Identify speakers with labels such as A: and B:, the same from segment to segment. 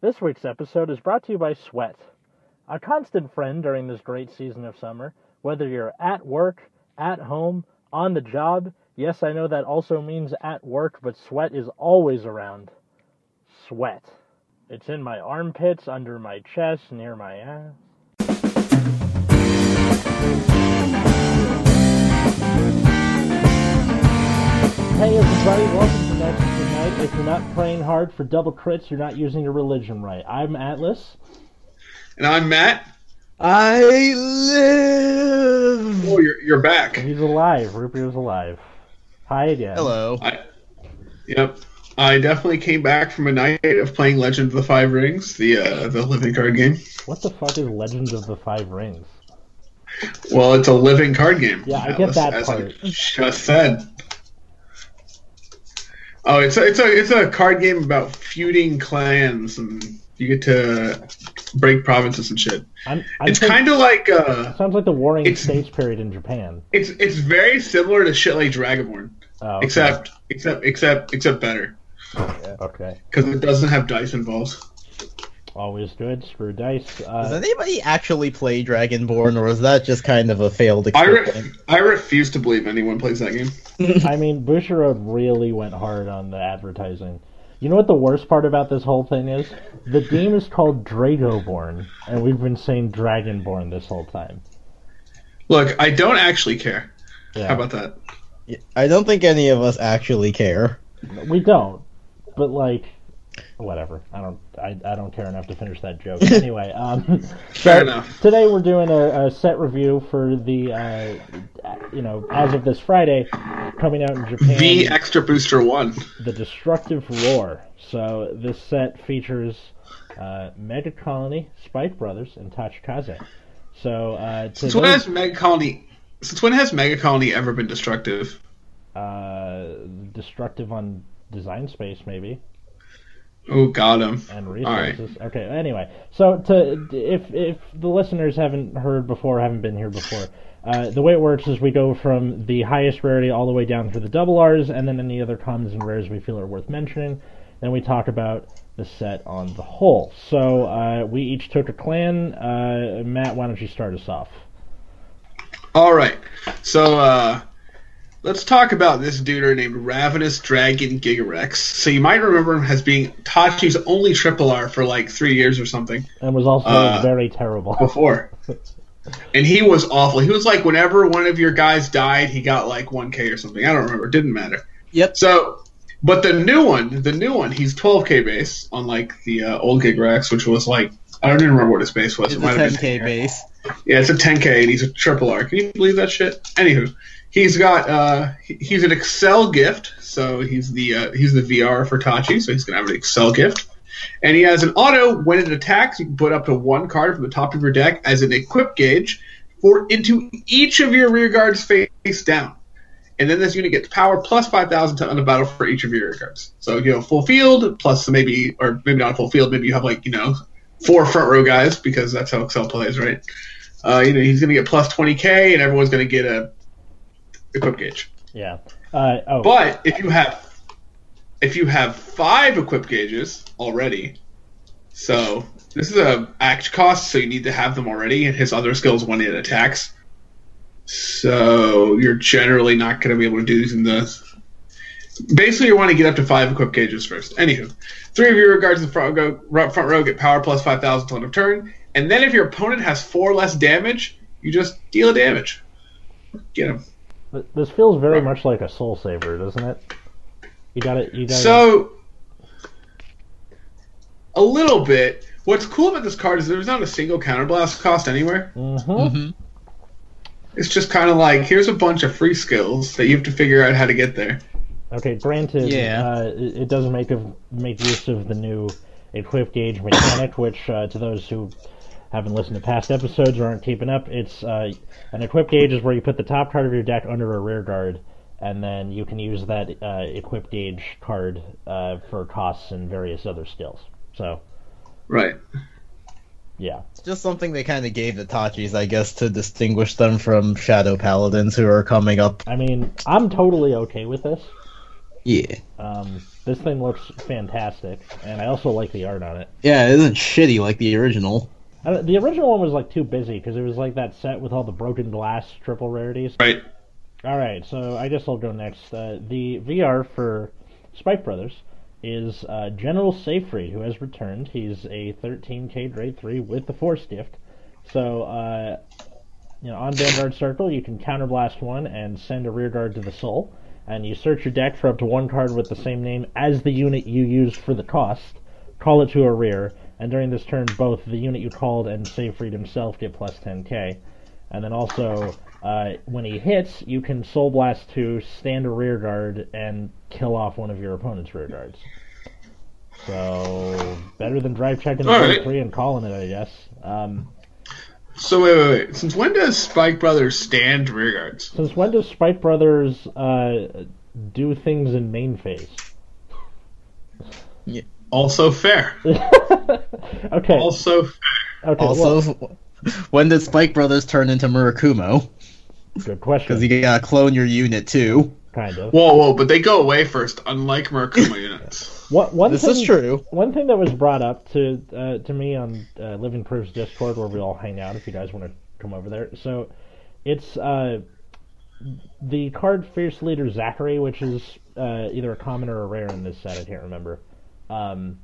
A: This week's episode is brought to you by Sweat, a constant friend during this great season of summer, whether you're at work, at home, on the job. Yes, I know that also means at work, but sweat is always around. Sweat. It's in my armpits, under my chest, near my ass. Hey everybody, welcome to Magic Tonight. If you're not praying hard for double crits, you're not using your religion right. I'm Atlas.
B: And I'm Matt.
C: I live.
B: Oh, you're, you're back.
A: He's alive. Rupert's alive. Hi again.
C: Hello.
B: I, yep. I definitely came back from a night of playing Legend of the Five Rings, the uh, the living card game.
A: What the fuck is Legend of the Five Rings?
B: Well, it's a living card game.
A: Yeah, I get that
B: as
A: part.
B: I just said. Oh, it's a, it's a it's a card game about feuding clans, and you get to break provinces and shit.
A: I'm, I'm
B: It's kind of like uh,
A: sounds like the Warring
B: it's-
A: States period in Japan.
B: it's it's very similar to shit like Dragonborn,
A: Oh, okay.
B: except except except except better
A: okay,
B: because it doesn't have dice involved.
A: always good. Screw dice.
C: Does
A: Uh,
C: anybody actually play Dragonborn, or is that just kind of a failed
B: I,
C: experiment?
B: re- I refuse to believe anyone plays that game.
A: I mean, Bushiroad really went hard on the advertising. You know what the worst part about this whole thing is? The game is called Dragoborn, and we've been saying Dragonborn this whole time.
B: Look, I don't actually care.
A: Yeah.
B: How about that?
C: I don't think any of us actually care.
A: We don't. But like, whatever. I don't. I, I don't care enough to finish that joke. anyway, um,
B: Fair enough.
A: today we're doing a, a set review for the, uh, you know, as of this Friday, coming out in Japan,
B: The extra booster one.
A: the Destructive Roar. So this set features uh, Mega Colony, Spike Brothers, and Tachikaze. So uh, to
B: Since when
A: those-
B: has Mega Colony? Since when has Mega Colony ever been destructive?
A: uh, destructive on design space, maybe.
B: Oh, got him.
A: and
B: right.
A: resources. Okay. Anyway, so to if if the listeners haven't heard before, haven't been here before, uh, the way it works is we go from the highest rarity all the way down through the double R's, and then any other commons and rares we feel are worth mentioning. Then we talk about the set on the whole. So uh, we each took a clan. Uh, Matt, why don't you start us off?
B: All right. So uh, let's talk about this duder named Ravenous Dragon Gigarex. So you might remember him as being Tachi's only triple R for like three years or something.
A: And was also
B: Uh,
A: very terrible.
B: before. And he was awful. He was like whenever one of your guys died, he got like 1k or something. I don't remember. It didn't matter.
C: Yep.
B: So, but the new one, the new one, he's 12k base on like the uh, old Gigrax, which was like I don't even remember what his base was.
C: It's
B: it
C: a
B: might have
C: 10k
B: been
C: base.
B: yeah, it's a 10k, and he's a triple R. Can you believe that shit? Anywho, he's got uh, he- he's an Excel gift, so he's the uh, he's the VR for Tachi, so he's gonna have an Excel gift, and he has an auto. When it attacks, you can put up to one card from the top of your deck as an equip gauge for into each of your rear guards face down. And then this unit gets power plus 5,000 to on the battle for each of your rear guards. So, you know, full field plus maybe, or maybe not full field, maybe you have like, you know, four front row guys because that's how Excel plays, right? Uh, you know, he's going to get plus 20k, and everyone's going to get a equip gauge.
A: Yeah. Uh, oh,
B: But if you have if you have five equip gauges already, so this is a act cost, so you need to have them already, and his other skills when it attacks. So you're generally not going to be able to do these in the. Basically, you want to get up to five equip gauges first. Anywho, three of your guards in the front row, ro- front row get power plus 5,000 till end of turn, and then if your opponent has four less damage, you just deal damage. Get him.
A: th- this feels very much like a Soul Saver, doesn't it? You got it. You got
B: So, a little bit. What's cool about this card is there's not a single counterblast cost anywhere.
A: Mm-hmm.
C: Mm-hmm.
B: It's just kind of like here's a bunch of free skills that you have to figure out how to get there.
A: Okay, granted,
C: Yeah.
A: uh, it it doesn't make of, make use of the new equip gauge mechanic, which uh, to those who haven't listened to past episodes or aren't keeping up, it's uh, an equip gauge is where you put the top card of your deck under a rear guard, and then you can use that uh, equip gauge card uh, for costs and various other skills. So
B: Right.
A: yeah,
C: It's just something they kind of gave the Tachis, I guess, to distinguish them from Shadow Paladins who are coming up.
A: I mean, I'm totally okay with this.
C: Yeah.
A: Um, this thing looks fantastic, and I also like the art on it.
C: Yeah, it isn't shitty like the original.
A: I don't- the original one was like too busy because it was like that set with all the broken glass triple rarities.
B: Right.
A: All right, so I guess I'll go next. Uh, the VR for Spike Brothers is uh, General Safri, who has returned. He's a 13k grade three with the Force gift. So, uh, you know, on Vanguard Circle, you can counterblast one and send a rear guard to the soul, and you search your deck for up to one card with the same name as the unit you used for the cost. Call it to a rear, and during this turn, both the unit you called and Safri himself get plus 10k. And then also, uh, when he hits, you can Soul Blast to stand a rear guard and kill off one of your opponent's rear guards. So, better than drive checking the
B: All right.
A: 3 and calling it, I guess. Um,
B: So wait, wait, wait. Since when does Spike Brothers stand rear guards?
A: since when does Spike Brothers uh, do things in main phase?
B: Also fair.
A: Okay.
B: Also fair.
A: okay well,
C: Also, when did Spike Brothers turn into Murakumo?
A: good
C: Because
A: question.
C: you gotta clone your unit too.
A: kind of.
B: Whoa, whoa, but they go away first, unlike Murkuma units.
A: What, one
C: This
A: thing,
C: is true.
A: One thing that was brought up to uh, to me on uh, Living Proof's Discord, where we all hang out, if you guys want to come over there. So, it's uh, the card Fierce Leader Zachary, which is uh, either a common or a rare in this set. I can't remember. Um,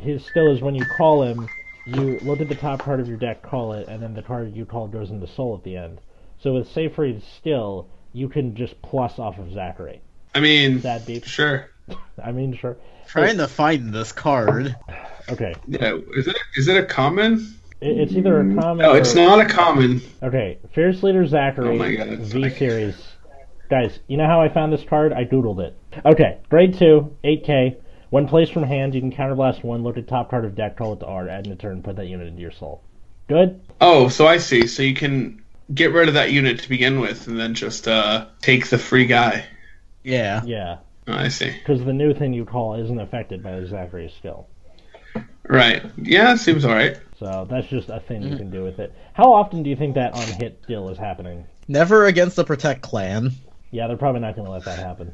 A: his skill is when you call him, you look at the top card of your deck, call it, and then the card you call goes into Soul at the end. So with Seyfried's skill, you can just plus off of Zachary.
B: I mean,
A: That deep.
B: sure.
A: I mean, sure.
C: Trying to find this card.
A: Okay,
B: Yeah, is it is it a common?
A: It- it's either a common.
B: No,
A: or...
B: it's not a common.
A: Okay, Fierce Leader Zachary,
B: Oh my God, it's
A: V
B: like-
A: Series. Guys, you know how I found this card? I doodled it. Okay, grade 2, 8k. When placed from hand, you can counterblast one, look at top card of deck, call it to R, add an turn, put that unit into your soul. Good?
B: Oh, so I see. So you can get rid of that unit to begin with, and then just uh, take the free guy.
C: Yeah.
A: Yeah,
B: Oh, I see.
A: because the new thing you call isn't affected by the Zachary skill.
B: Right. Yeah, seems all right.
A: So that's just a thing you
B: Mm-hmm.
A: can do with it. How often do you think that on hit deal is happening?
C: Never against the Protect Clan.
A: Yeah, they're probably not going to let that happen.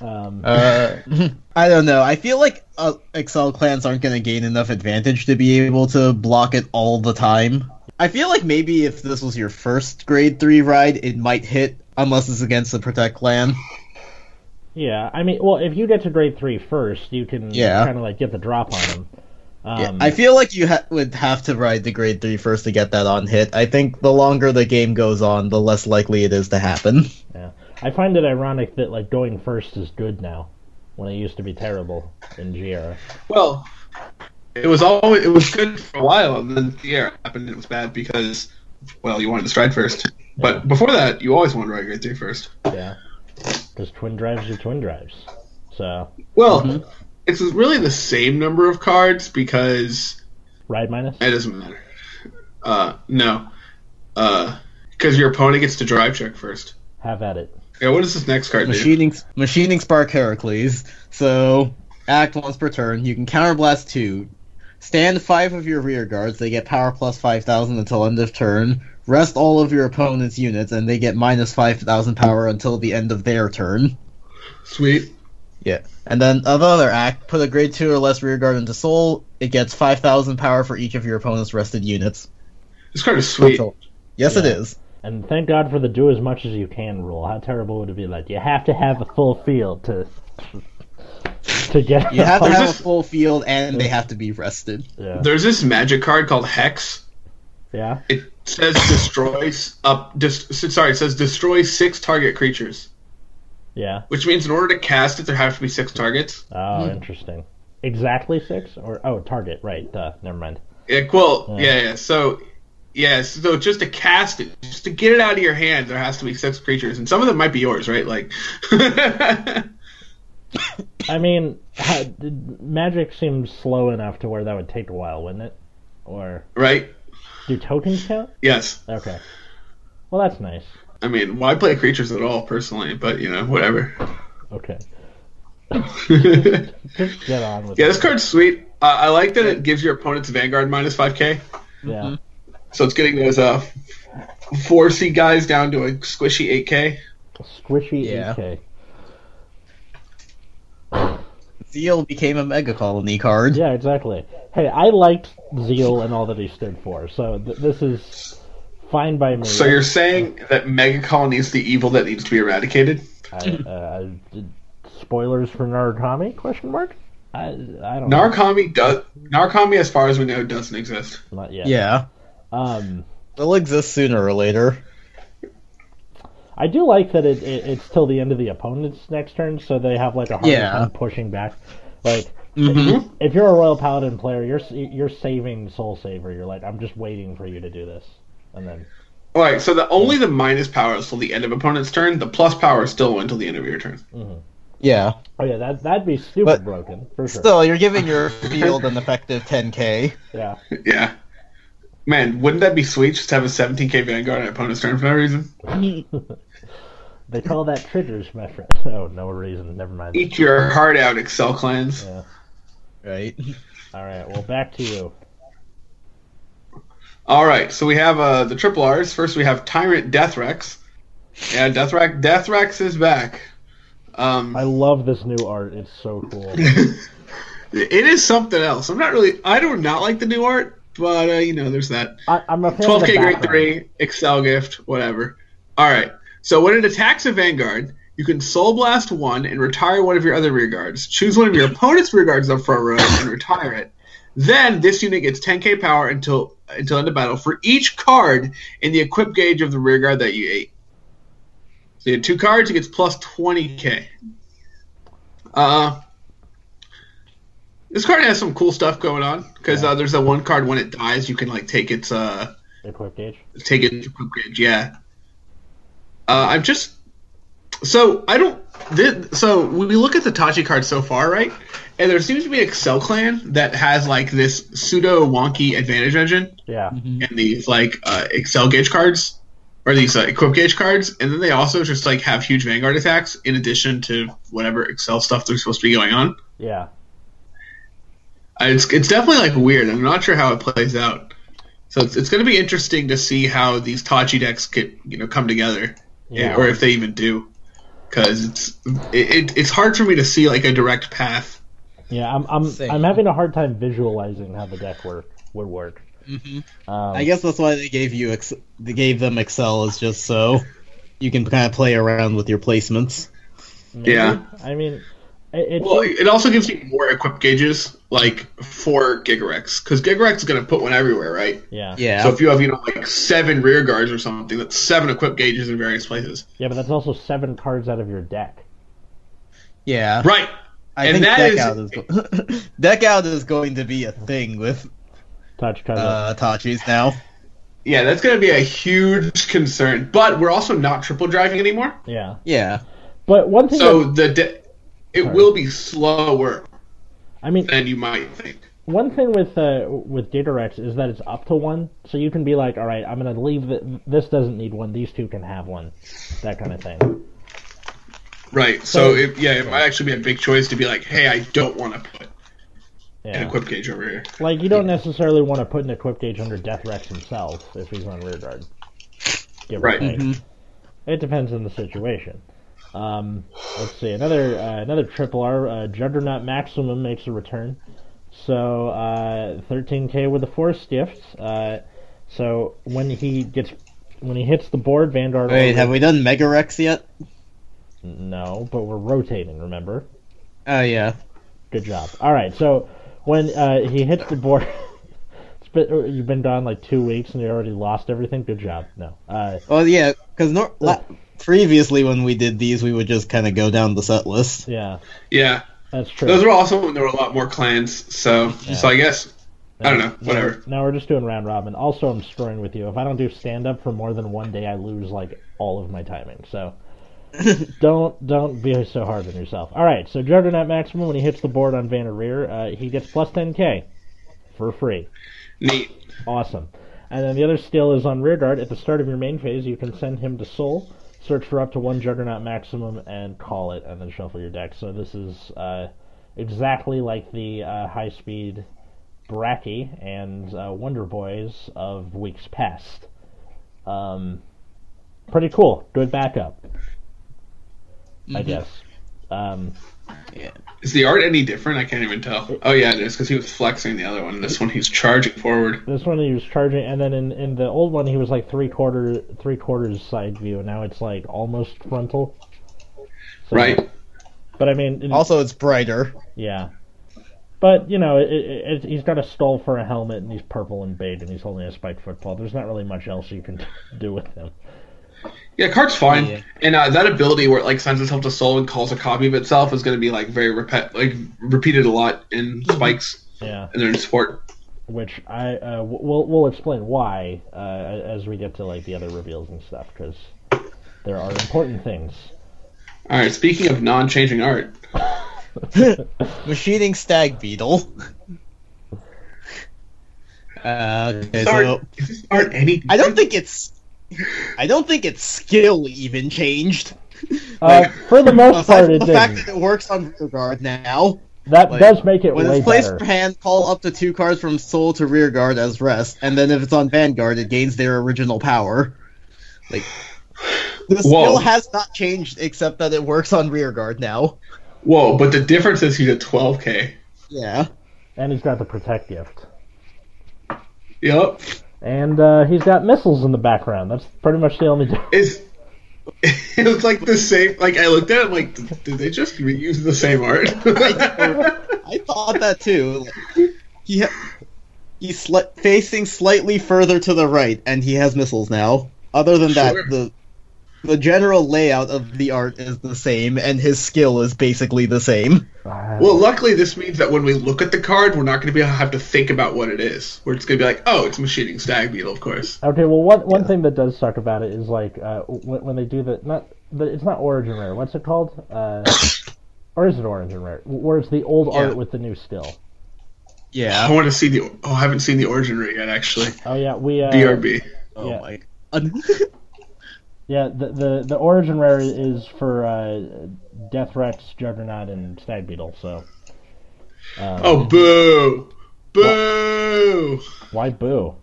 A: Um,
C: Uh, I don't know. I feel like uh, Excel clans aren't going to gain enough advantage to be able to block it all the time. I feel like maybe if this was your first grade 3 ride, it might hit, unless it's against the Protect clan.
A: Yeah, I mean, well, if you get to grade three first, you can
C: Yeah.
A: kind of like get the drop on them. Um,
C: I feel like you ha- would have to ride the grade 3 first to get that on hit. I think the longer the game goes on, the less likely it is to happen.
A: yeah. I find it ironic that like going first is good now, when it used to be terrible in Giera.
B: Well, it was always it was good for a while, and then the air happened, and it was bad because, well, you wanted to stride first. But before that, you always wanted to ride grade three first.
A: Yeah, because twin drives are twin drives. So
B: Well, it's really the same number of cards because
A: ride minus.
B: it doesn't matter. Uh, no, because your opponent gets to drive check first.
A: Have at it.
B: Yeah, what does this next card do?
C: Machining, machining Spark Heracles. So, act once per turn. You can counterblast two. Stand five of your rear guards. They get power plus 5,000 until end of turn. Rest all of your opponent's units, and they get minus 5,000 power until the end of their turn.
B: Sweet.
C: And then, of other act, put a grade 2 or less rear guard into soul. It gets 5,000 power for each of your opponent's rested units.
B: This card is sweet.
C: So- yes, it is.
A: And thank God for the do as much as you can rule. How terrible would it be? Like you have to have a full field to to get.
C: You have to
B: There's
C: have a
B: this-
C: full field, and they have to be rested.
A: yeah.
B: There's this magic card called Hex.
A: yeah.
B: It says destroys up. Dis, sorry, it says destroy six target creatures,
A: Yeah.
B: which means in order to cast it, there have to be six targets.
A: Oh, interesting. Exactly six or oh, target right? Duh, never mind.
B: Yeah, well, yeah, yeah. So, yeah, so just to cast it, just to get it out of your hand, there has to be six creatures, and some of them might be yours, right? Like,
A: I mean, ha- did- magic seems slow enough to where that would take a while, wouldn't it? Or
B: right?
A: do tokens count?
B: Yes.
A: Okay. Well, that's nice.
B: I mean, why play creatures at all, personally? But you know, whatever.
A: Okay,
B: yeah,
A: just get on with
B: this
A: it.
B: card's sweet. Uh, I like that it gives your opponent's Vanguard minus five k,
A: Yeah,
B: so it's getting those uh four C guys down to a squishy eight k.
A: E squishy
C: Yeah.
A: EK.
C: Zeal became a mega colony card.
A: Yeah, exactly. Hey, I liked Zeal and all that he stood for, so th- this is fine by me.
B: So you're saying that Mega Colony is the evil that needs to be eradicated?
A: I, uh, spoilers for Narukami? Question mark. I, I don't know.
B: Narcomi does. Narcomi, as far as we know, doesn't exist.
A: Not yet.
C: Yeah.
A: Um,
C: They'll exist sooner or later.
A: I do like that it, it it's till the end of the opponent's next turn, so they have like a hard
C: Yeah.
A: time pushing back. Like
C: Mm-hmm.
A: if you're a Royal Paladin player, you're s- you're saving Soul Saver. You're like, I'm just waiting for you to do this, and then
B: All right. So the only the minus power is till the end of opponent's turn. The plus power is still until the end of your turn.
C: Yeah.
A: mm-hmm. oh yeah, that that'd be super
C: But-
A: broken for sure.
C: Still, you're giving your field an effective 10k.
A: yeah,
B: Yeah. Man, wouldn't that be sweet just to have a 17k Vanguard on opponent's turn for no reason?
A: they call that triggers, my friend. Oh, no reason. Never mind.
B: Eat your heart out, Excel Clans.
A: Yeah.
C: Right.
A: All right. Well, back to you.
B: All right, so we have uh, the triple R's. First, we have Tyrant Deathrex. Yeah, Deathrex. Deathrex is back. Um,
A: I love this new art. It's so cool.
B: it is something else. I'm not really. I do not like the new art, but uh, you know, there's that.
A: I, I'm a fan of the
B: 12k grade
A: background.
B: 3, Excel gift, whatever. All right. So when it attacks a Vanguard, you can Soul Blast one and retire one of your other rear guards. Choose one of your opponent's rear guards up front row and retire it. Then this unit gets 10k power until until end of battle for each card in the equip gauge of the rear guard that you ate. So you had two cards, it gets plus 20k. Uh, this card has some cool stuff going on because uh, there's that one card when it dies, you can like take its uh,
A: Equip gauge.
B: take it to Brookridge, yeah. Uh, I'm just so I don't. This, so when we look at the Tachi card so far, right? And there seems to be an Excel clan that has like this pseudo wonky advantage engine
A: Yeah.
B: and these like uh, Excel gauge cards or these uh, equip gauge cards, and then they also just like have huge Vanguard attacks in addition to whatever Excel stuff they're supposed to be going on.
A: Yeah.
B: Uh, it's it's definitely like weird. I'm not sure how it plays out. So it's, it's going to be interesting to see how these Tachi decks get you know come together,
A: Yeah.
B: or if they even do, because it's it, it, it's hard for me to see like a direct path.
A: Yeah. I'm I'm
C: Same.
A: I'm having a hard time visualizing how the deck work would work.
C: hmm
A: Um,
C: I guess that's why they gave you ex- they gave them Excel is just so you can kind of play around with your placements.
A: maybe.
B: Yeah.
A: I mean, it, it
B: Well, it also gives you more equip gauges, like for Gigarex, because Gigarex is going to put one everywhere, right?
A: yeah. yeah.
C: Yeah.
B: So if you have you know like seven rear guards or something, that's seven equip gauges in various places,
A: but that's also seven cards out of your deck.
C: yeah.
B: right?
C: I
B: and
C: think
B: that
C: deck
B: is-
C: out is go- deck out is going to be a thing with
A: Touch cover.
C: uh, Tachi's now.
B: Yeah, that's going to be a huge concern. But we're also not triple driving anymore.
A: yeah.
C: Yeah.
A: But one thing.
B: So
A: that,
B: the de- it
A: Sorry.
B: will be slower
A: I mean,
B: than you might think.
A: one thing with uh, with Datarex is that it's up to one, so you can be like, all right, I'm gonna leave the, this doesn't need one, these two can have one, that kind of thing.
B: Right. So
A: So-
B: it, yeah, it might actually be a big choice to be like, hey, I don't want to put an
A: Yeah.
B: equip gauge over here.
A: Like you don't necessarily want to put an equip gauge under Death Rex himself if he's on rear guard. Give or
B: Right.
A: take. It depends on the situation. Um, let's see. Another uh, another triple R uh, Juggernaut Maximum makes a return. So uh, 13k with the force stiff. Uh, so when he gets when he hits the board, Vanguard.
C: Wait, have we done Mega Rex yet?
A: No, but we're rotating. Remember.
C: Oh yeah.
A: Good job. All right, so when uh, he hits the board, it's been, uh, you've been gone like two weeks and you already lost everything. Good job. No, uh,
C: Well, yeah, because nor- la- previously when we did these, we would just kind of go down the set list.
A: yeah,
B: Yeah.
A: that's true.
B: Those were also when there were a lot more clans. So so I guess I don't know.
A: Now-
B: Whatever.
A: Now we're just doing round robin. Also, I'm screwing with you. If I don't do stand up for more than one day, I lose like all of my timing. So don't don't be so hard on yourself. All right, so Juggernaut Maximum when he hits the board on Van Rear, uh, he gets plus 10k for free.
B: Neat.
A: Awesome. And then the other skill is on Rearguard. At the start of your main phase, you can send him to Soul, search for up to one Juggernaut Maximum, and call it, and then shuffle your deck. So this is uh, exactly like the uh, high speed Bracky and uh, Wonder Boys of weeks past. Um, pretty cool. Good backup, I guess. Um,
B: Is the art any different? I can't even tell. Oh yeah, it is because he was flexing the other one. This one he's charging forward.
A: this one he was charging, and then in, in the old one he was like three quarter three quarters side view, and now it's like almost frontal. So-
B: Right.
A: But I mean, it-
C: Also, it's brighter.
A: yeah. But you know, it, it, it, he's got a stole for a helmet, and he's purple and bait, and he's holding a spiked football. There's not really much else you can do with him.
B: Yeah, card's fine.
C: Yeah.
B: And uh, that ability where it like sends itself to soul and calls a copy of itself is going to be like very repet like repeated a lot in
C: Mm-hmm.
B: spikes
A: Yeah.
B: and in sport.
A: which I uh, w- we'll we'll explain why uh, as we get to like the other reveals and stuff because there are important things.
B: All right. Speaking of non-changing art,
C: Machining stag beetle. Uh, okay,
B: art,
C: so
B: is this art any?
C: I don't think it's. I don't think its skill even changed.
A: Uh, for the most
C: Aside
A: part,
C: from
A: it
C: the fact that
A: didn't.
C: it works on rear guard now,
A: That
C: like,
A: does make it
C: when
A: way
C: it's placed
A: better.
C: per hand, call up to two cards from soul to rear guard as rest, and then if it's on vanguard, it gains their original power. Like the
B: Whoa.
C: skill has not changed except that it works on rear guard now.
B: Whoa! But the difference is he's a 12k.
C: Yeah.
A: And he's got the protect gift,
B: Yep.
A: and uh, he's got missiles in the background. That's pretty much the only. di-
B: It's it was like the same. Like I looked at it, I'm like, did they just reuse the same art?
C: I thought that too. Like, he ha- he's sli- facing slightly further to the right, and he has missiles now. Other than that,
B: Sure.
C: the the general layout of the art is the same, and his skill is basically the same.
A: Ah,
B: well, luckily, this means that when we look at the card, we're not going to be able to have to think about what it is. We're just going to be like, oh, it's machining stag beetle, of course.
A: okay. Well, one one thing that does suck about it is like uh, when, when they do the not. But it's not Origin Rare. What's it called? Uh, or is it Origin Rare? Where it's the old
C: Yeah.
A: art with the new still.
C: Yeah.
B: I want to see the. Oh, I haven't seen the origin rate yet, actually.
A: Oh yeah, we uh,
B: BRB.
C: Oh
A: Yeah.
C: my. God.
A: Yeah, the the, the origin rare is for uh, Death Rex, Juggernaut, and Stag Beetle. So um,
B: Oh, boo, boo.
A: why boo?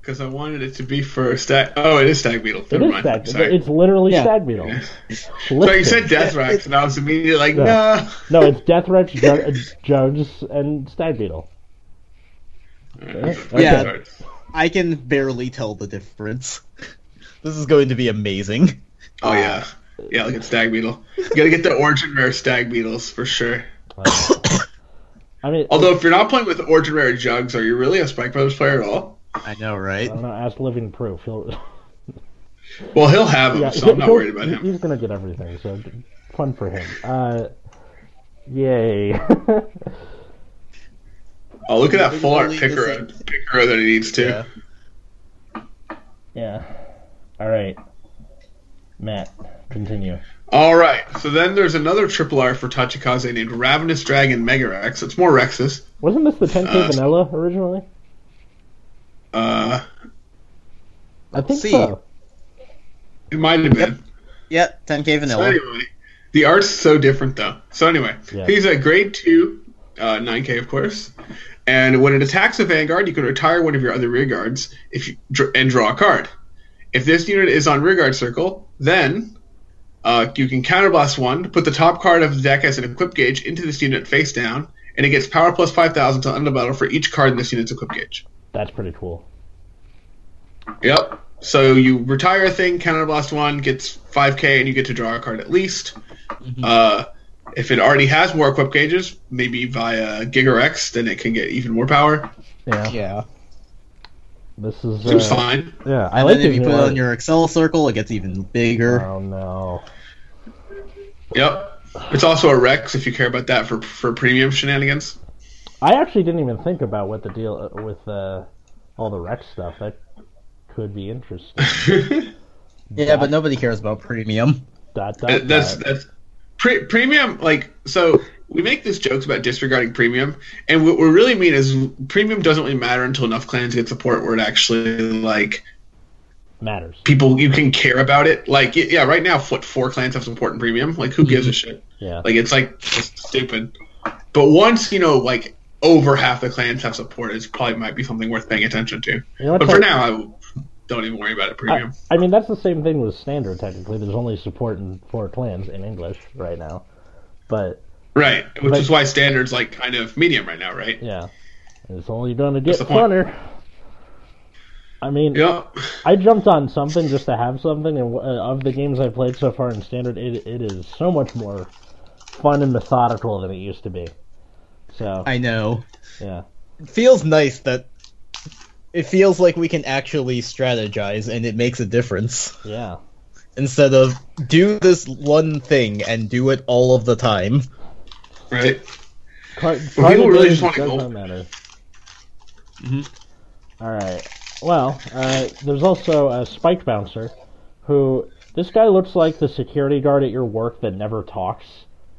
B: Because I wanted it to be for stag. Oh, it is stag beetle.
A: It
B: Never
A: is
B: mind.
A: Stag.
B: Sorry.
A: It's literally
C: Yeah.
A: Stag Beetle.
B: so you
A: Listen.
B: said death Rex, and I was immediately like,
A: No.
B: no.
A: no, it's Death Rex, Ju- Jones, and Stag Beetle.
C: Yeah. I can barely tell the difference. This is going to be amazing.
B: Oh yeah,
C: Ah.
B: yeah. Look at stag beetle. You gotta get the origin rare stag beetles for sure.
A: Um, I mean,
C: Oh,
B: Although if you're not playing with origin rare jugs, are you really a Spike Brothers player at all?
C: I know,
A: I
C: right?
A: don't know. Ask Living Proof. He'll,
B: Well, he'll have them,
A: yeah,
B: so I'm not
A: he'll-
B: worried about
A: he-
B: him.
A: He's gonna get everything. So d- fun for him. Uh, yay!
B: Oh, look at that full art
C: Literally
B: Piccolo,
C: the
B: Piccolo that he needs to.
C: Yeah.
A: yeah. All right, Matt, continue.
B: All right. So then there's another triple R for Tachikaze named Ravenous Dragon Mega Rex. It's more Rexes.
A: Wasn't this the 10K
B: Uh,
A: vanilla originally?
B: Uh,
A: I think
C: see.
A: so.
B: it might have been.
C: Yep. 10k
B: So
C: vanilla.
B: anyway, the art's so different though. So anyway,
A: Yeah.
B: he's a grade two, uh, 9K of course. And when it attacks a vanguard, you can retire one of your other rear guards if you dr- and draw a card. If this unit is on rear guard circle, then uh, you can counterblast one, put the top card of the deck as an equip gauge into this unit face down, and it gets power plus 5,000 to end the battle for each card in this unit's equip gauge.
A: That's pretty cool.
B: Yep. So you retire a thing, counterblast one, gets 5k, and you get to draw a card at least. Uh, if it already has more equip gauges, maybe via Gigarex, then it can get even more power.
A: Yeah.
C: Yeah.
A: This is.
B: Seems
A: uh,
B: fine.
A: Yeah, I
C: And
A: like
C: then if
A: it.
C: you put it on your Excel circle, it gets even bigger.
A: Oh no.
B: Yep. It's also a Rex if you care about that for for premium shenanigans.
A: I actually didn't even think about what the deal uh, with uh, all the Rex stuff. That could be interesting.
C: Yeah, but nobody cares about premium.
A: dot
B: Uh,
A: dot.
B: that's
A: dot.
B: that's pre- premium like so we make these jokes about disregarding premium and what we really mean is premium doesn't really matter until enough clans get support where it actually like
A: matters.
B: people you can care about it. Like y- yeah, right now foot four clans have support and premium. Like who gives a
A: Mm-hmm.
B: shit?
A: Yeah.
B: Like it's like it's stupid. But once you know like over half the clans have support, it's probably might be something worth paying attention to.
A: You know
B: But
A: what's
B: for
A: a-
B: now, I Don't even worry about it. Premium.
A: I mean, that's the same thing with standard. Technically, there's only support in four clans in English right now, but
B: right. Which
A: but-
B: is why standards like kind of medium right now, right?
A: yeah, it's only going to get
B: the point.
A: funner. I mean,
B: Yep.
A: I jumped on something just to have something, and uh, of the games I've played so far in standard, it it is so much more fun and methodical than it used to be. So
C: I know.
A: yeah,
C: It feels nice that it feels like we can actually strategize and it makes a difference
A: yeah,
C: instead of do this one thing and do it all of the time.
B: Right.
A: Car-
B: Well, people
A: card
B: really just wanna
A: does
B: go-
A: not matter.
B: Mhm.
A: All right. Well, uh, there's also a spike bouncer, who this guy looks like the security guard at your work that never talks.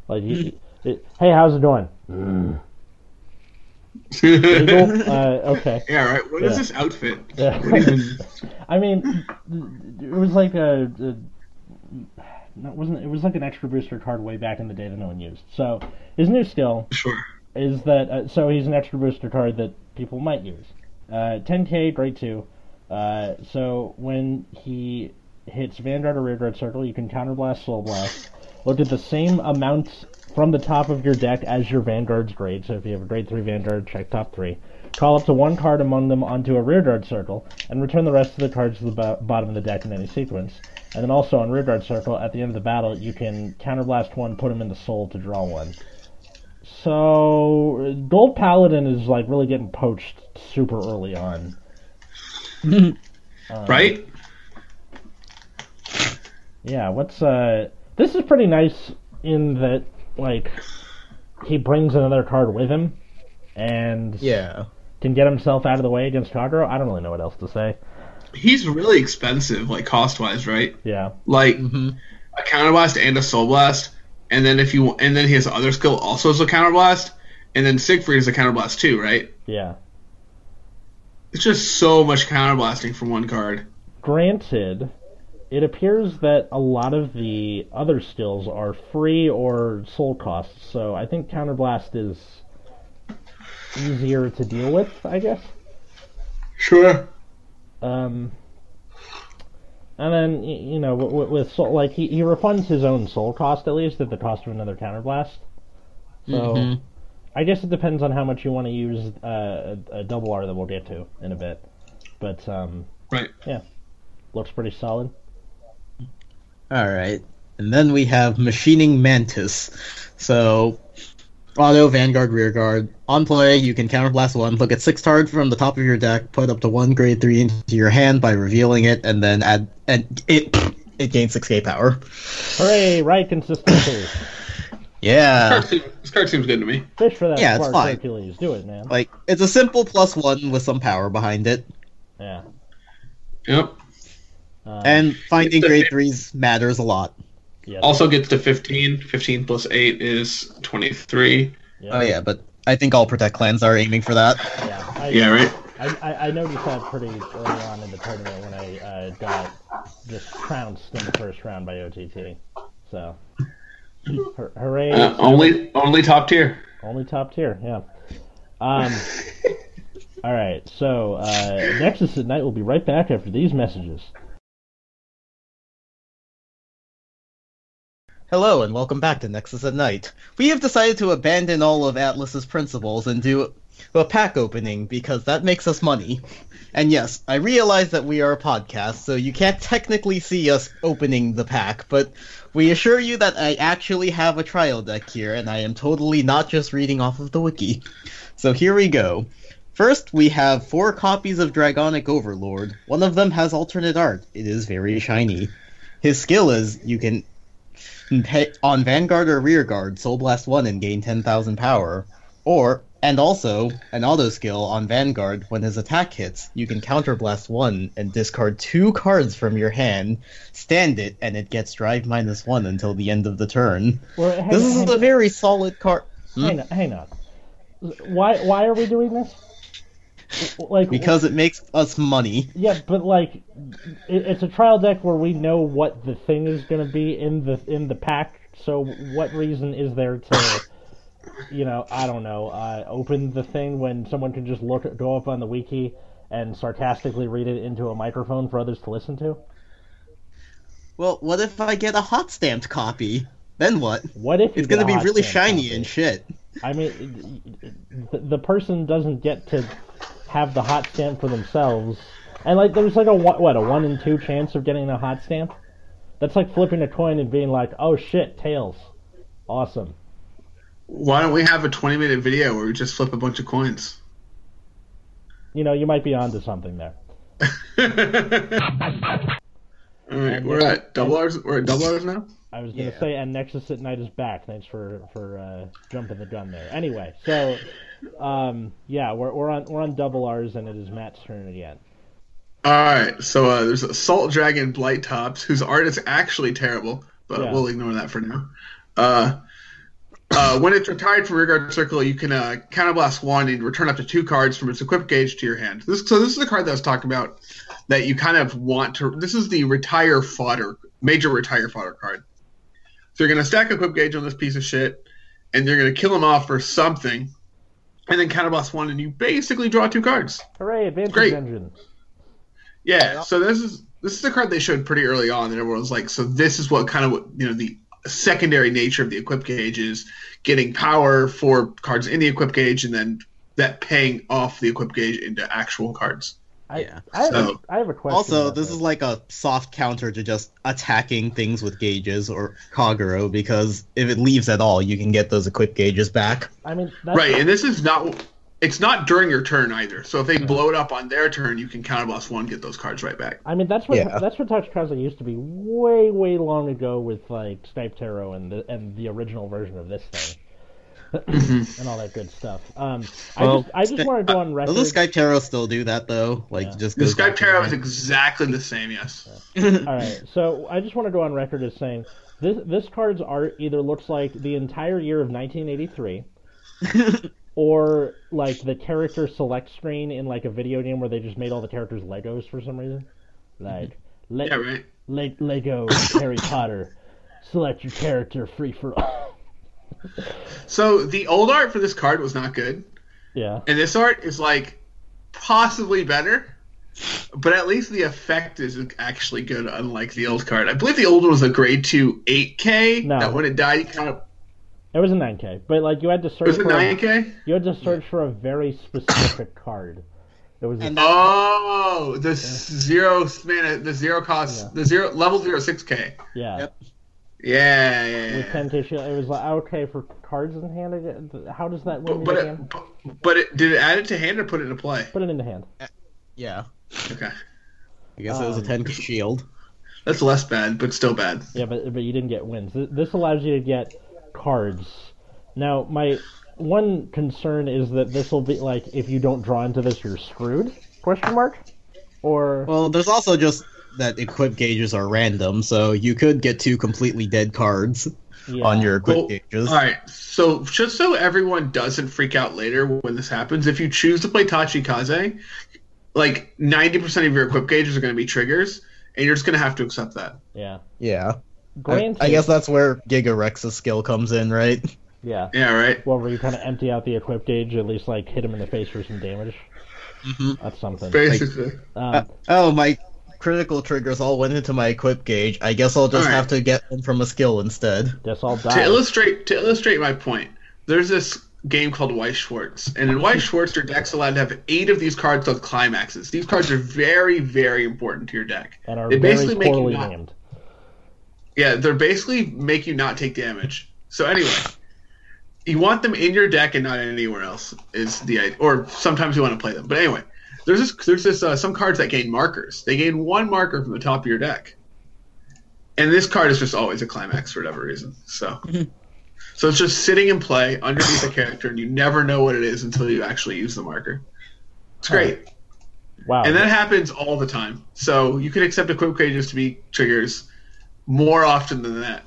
A: Like, he, it, hey, how's it going? Eagle? uh, okay.
B: Yeah, right. What is
A: Yeah.
B: this outfit?
A: Yeah.
B: What even-
A: I mean, it was like a, a no, it wasn't it was like an extra booster card way back in the day that no one used. So his new skill
B: sure.
A: is that uh, so he's an extra booster card that people might use. Uh, 10k grade two. Uh, so when he hits Vanguard or Rearguard Circle, you can counterblast Soul Blast. Look at the same amount from the top of your deck as your Vanguard's grade. So if you have a grade three Vanguard, check top three. Call up to one card among them onto a Rearguard Circle, and return the rest of the cards to the bo- bottom of the deck in any sequence. And then also on Rearguard Circle, at the end of the battle, you can counterblast one, put him in the Soul to draw one. So Gold Paladin is like really getting poached super early on. Um,
B: right.
A: Yeah, what's uh this is pretty nice in that like he brings another card with him and
C: Yeah.
A: can get himself out of the way against Kagura. I don't really know what else to say.
B: He's really expensive, like cost wise, right?
A: Yeah.
B: Like
C: Mhm.
B: a counter blast and a soul blast, and then if you and then his other skill also is a counter blast, and then Siegfried is a counter blast too, right?
A: Yeah.
B: It's just so much counter blasting from one card.
A: Granted, it appears that a lot of the other skills are free or soul costs, so I think Counterblast is easier to deal with, I guess.
B: Sure.
A: Um, and then y- you know with, with soul, like he, he refunds his own soul cost at least at the cost of another counterblast. So
C: Mhm.
A: I guess it depends on how much you want to use uh, a, a double R that we'll get to in a bit. But um,
B: Right.
A: looks pretty solid.
C: All right. And then we have Machining Mantis. So, auto, Vanguard, Rearguard. On play, you can counterblast one, look at six cards from the top of your deck, put up to one grade three into your hand by revealing it, and then add. And it it gains 6k power.
A: Hooray! Right consistency.
C: Yeah. Uh,
B: Card seems- this card seems good to me.
A: Fish for that
C: Yeah, it's
A: spark,
C: fine.
A: Hercules. Do it, man.
C: like, it's a simple plus one with some power behind it.
A: Yeah.
B: Yep.
A: Um,
C: And oh, finding
B: It's a-
C: grade threes matters a lot.
A: yes.
B: Also gets to 15. 15 plus 8 is 23.
A: yeah,
C: Oh, yeah, but I think all Protect clans are aiming for that.
A: yeah. I,
B: Yeah, right?
A: I, I, I noticed that pretty early on in the tournament when I uh, got just trounced in the first round by OTT. So, hur- hooray!
B: Uh, only only top tier.
A: Only top tier, yeah. Um, all right, so uh, Nexus at night. We'll be right back after these messages.
C: Hello and welcome back to Nexus at Night. We have decided to abandon all of Atlas's principles and do a pack opening because that makes us money. And yes, I realize that we are a podcast, so you can't technically see us opening the pack, but we assure you that I actually have a trial deck here and I am totally not just reading off of the wiki. So here we go. First, we have four copies of Dragonic Overlord. One of them has alternate art. It is very shiny. His skill is you can Hey, on Vanguard or Rearguard, Soul Blast 1 and gain 10,000 power. Or, and also, an auto skill on Vanguard, when his attack hits, you can counterblast 1 and discard 2 cards from your hand, stand it, and it gets drive minus 1 until the end of the turn.
A: Well, hang,
C: This is
A: hang,
C: a very solid card.
A: hang, on, hang on. Why why are we doing this? Like
C: Because it makes us money.
A: Yeah, but like, it, it's a trial deck where we know what the thing is going to be in the in the pack. So what reason is there to, you know, I don't know, uh, open the thing when someone can just look go up on the wiki and sarcastically read it into a microphone for others to listen to?
C: Well, what if I get a hot stamped copy? Then what?
A: What if you
C: It's gonna
A: get a
C: be
A: hot
C: really
A: stamp
C: shiny
A: copy?
C: and shit.
A: I mean, the, the person doesn't get to have the hot stamp for themselves, and like there's like a one- what a one in two chance of getting a hot stamp. That's like flipping a coin and being like, "Oh shit, tails, awesome."
B: Why don't we have a 20 minute video where we just flip a bunch of coins?
A: You know, you might be onto something there.
B: All right, we're at double R's. We're at double R's now.
A: I was gonna
C: Yeah.
A: say, and Nexus at Night is back. Thanks for for uh, jumping the gun there. Anyway, so um, yeah, we're we're on we're on double R's, and it is Matt's turn again.
B: All right, so uh, there's Assault Dragon Blight Tops, whose art is actually terrible, but
A: Yeah.
B: we'll ignore that for now. Uh, uh, when it's retired from rearguard circle, you can uh, counterblast one and return up to two cards from its equip gauge to your hand. This, so this is the card that I was talking about that you kind of want to. This is the retire fodder, major retire fodder card. So you're gonna stack equip gauge on this piece of shit, and you're gonna kill him off for something, and then counterblast one, and you basically draw two cards.
A: Hooray, advantage
B: Great.
A: engine.
B: Yeah, so this is this is the card they showed pretty early on, and everyone was like, "So this is what kind of what, you know the secondary nature of the equip gauge is getting power for cards in the equip gauge, and then that paying off the equip gauge into actual cards."
A: I,
C: Yeah.
A: I, have
B: So-
A: a, I have a question.
C: Also,
A: about
C: this is like a soft counter to just attacking things with gauges or Kaguro, because if it leaves at all, you can get those equip gauges back.
A: I mean, that's
B: Right, and this is not it's not during your turn either. So if
C: Mm-hmm.
B: they blow it up on their turn, you can counterblast one, get those cards right back.
A: I mean, that's what
C: Yeah.
A: that's what Touch Krause used to be way, way long ago with like Snipe Tarot and the and the original version of this thing, and all that good stuff. Um,
C: Well,
A: I just I just want to go on record.
C: Does the Skype Tarot still do that though? Like
A: Yeah.
C: just
B: The
C: goes
B: Skype
C: back to
B: tarot
C: the-
B: is exactly the same, yes.
A: All right, so I just want to go on record as saying this this card's art either looks like the entire year of 1983. Or like the character select screen in like a video game where they just made all the characters Legos for some reason, like le-
B: Yeah, right.
A: Le- Lego Harry Potter. Select your character free for all.
B: So the old art for this card was not good.
A: Yeah.
B: And this art is like possibly better, but at least the effect is actually good, unlike the old card. I believe the old one was a grade two eight K.
A: No.
B: That when it died, you kind of
A: It was a 9K, but like you had to
B: it
A: search
B: was
A: for
B: it nine K?
A: you had to search for a very specific card. It was
C: And
B: Oh, the s- zero man, the zero cost,
A: Yeah.
B: the zero level zero six K.
A: yeah.
C: Yep.
B: Yeah, yeah,
A: With
B: yeah.
A: 10K shield, it was like "Oh, okay for cards in hand. I get- How does that
B: But
A: limit
B: but
A: again?
B: it, but- but it did it add it to hand or put it into play?
A: Put it into hand.
C: Yeah,
B: Okay,
C: I guess it was a
A: Um,
C: ten shield.
B: that's less bad, but still bad.
A: Yeah, but but you didn't get wins. Th- This allows you to get cards. Now my one concern is that this will be like if you don't draw into this, you're screwed? Question mark. Or
C: Well, there's also just that equip gauges are random, so you could get two completely dead cards
A: yeah.
C: on your equip
B: Well,
C: gauges.
B: All right. So just so everyone doesn't freak out later when this happens, if you choose to play Tachi Kaze, like ninety percent of your equip gauges are going to be triggers, and you're just going to have to accept that.
A: yeah.
C: Yeah, I,
A: Granted,
C: I guess that's where Giga Rex's skill comes in, right?
A: yeah.
B: Yeah. Right.
A: Well, where you kind of empty out the equip gauge, at least like hit him in the face for some damage.
B: Mm-hmm.
C: Mhm.
A: That's something.
B: Basically.
A: Um,
C: Oh, my critical triggers all went into my equip gauge. I guess I'll
B: All
C: just
B: right.
C: have to get them from a skill instead.
A: guess I'll
B: to
A: die.
B: illustrate to illustrate my point, there's this game called Weiss Schwartz, and in Weiss Schwartz, your deck's allowed to have eight of these cards called climaxes. These cards are very, very important to your deck.
A: And are
B: They
A: very
B: basically make you
A: poorly
B: not-
A: named.
B: Yeah, they're basically make you not take damage. So anyway, you want them in your deck and not anywhere else is the idea. Or sometimes you want to play them. But anyway, there's this there's this uh, some cards that gain markers. They gain one marker from the top of your deck, and this card is just always a climax for whatever reason. So. So it's just sitting in play underneath a character, and you never know what it is until you actually use the marker. It's great.
A: Wow.
B: And that happens all the time. So you can accept equip gauges to be triggers more often than that.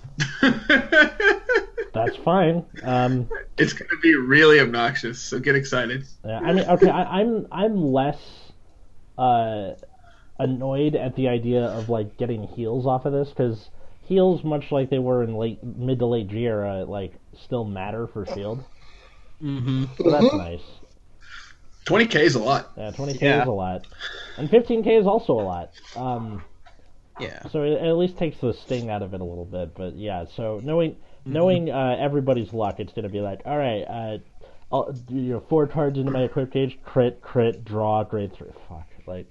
A: That's fine. Um,
B: it's going to be really obnoxious, so get excited.
A: yeah, I mean, okay, I, I'm I'm less uh, annoyed at the idea of like getting heals off of this because heals, much like they were in late mid to late G era, like still matter for shield.
B: Uh-huh.
C: Mm-hmm.
A: So that's nice.
B: Twenty K is a lot.
A: Yeah, 20k
C: Yeah.
A: is a lot, and 15k is also a lot. Um,
C: Yeah.
A: so it, it at least takes the sting out of it a little bit. But yeah, so knowing
C: Mm-hmm.
A: knowing uh, everybody's luck, it's gonna be like, all right, uh, I'll, you know, four cards into my equip cage, crit, crit, draw, grade three. Fuck, like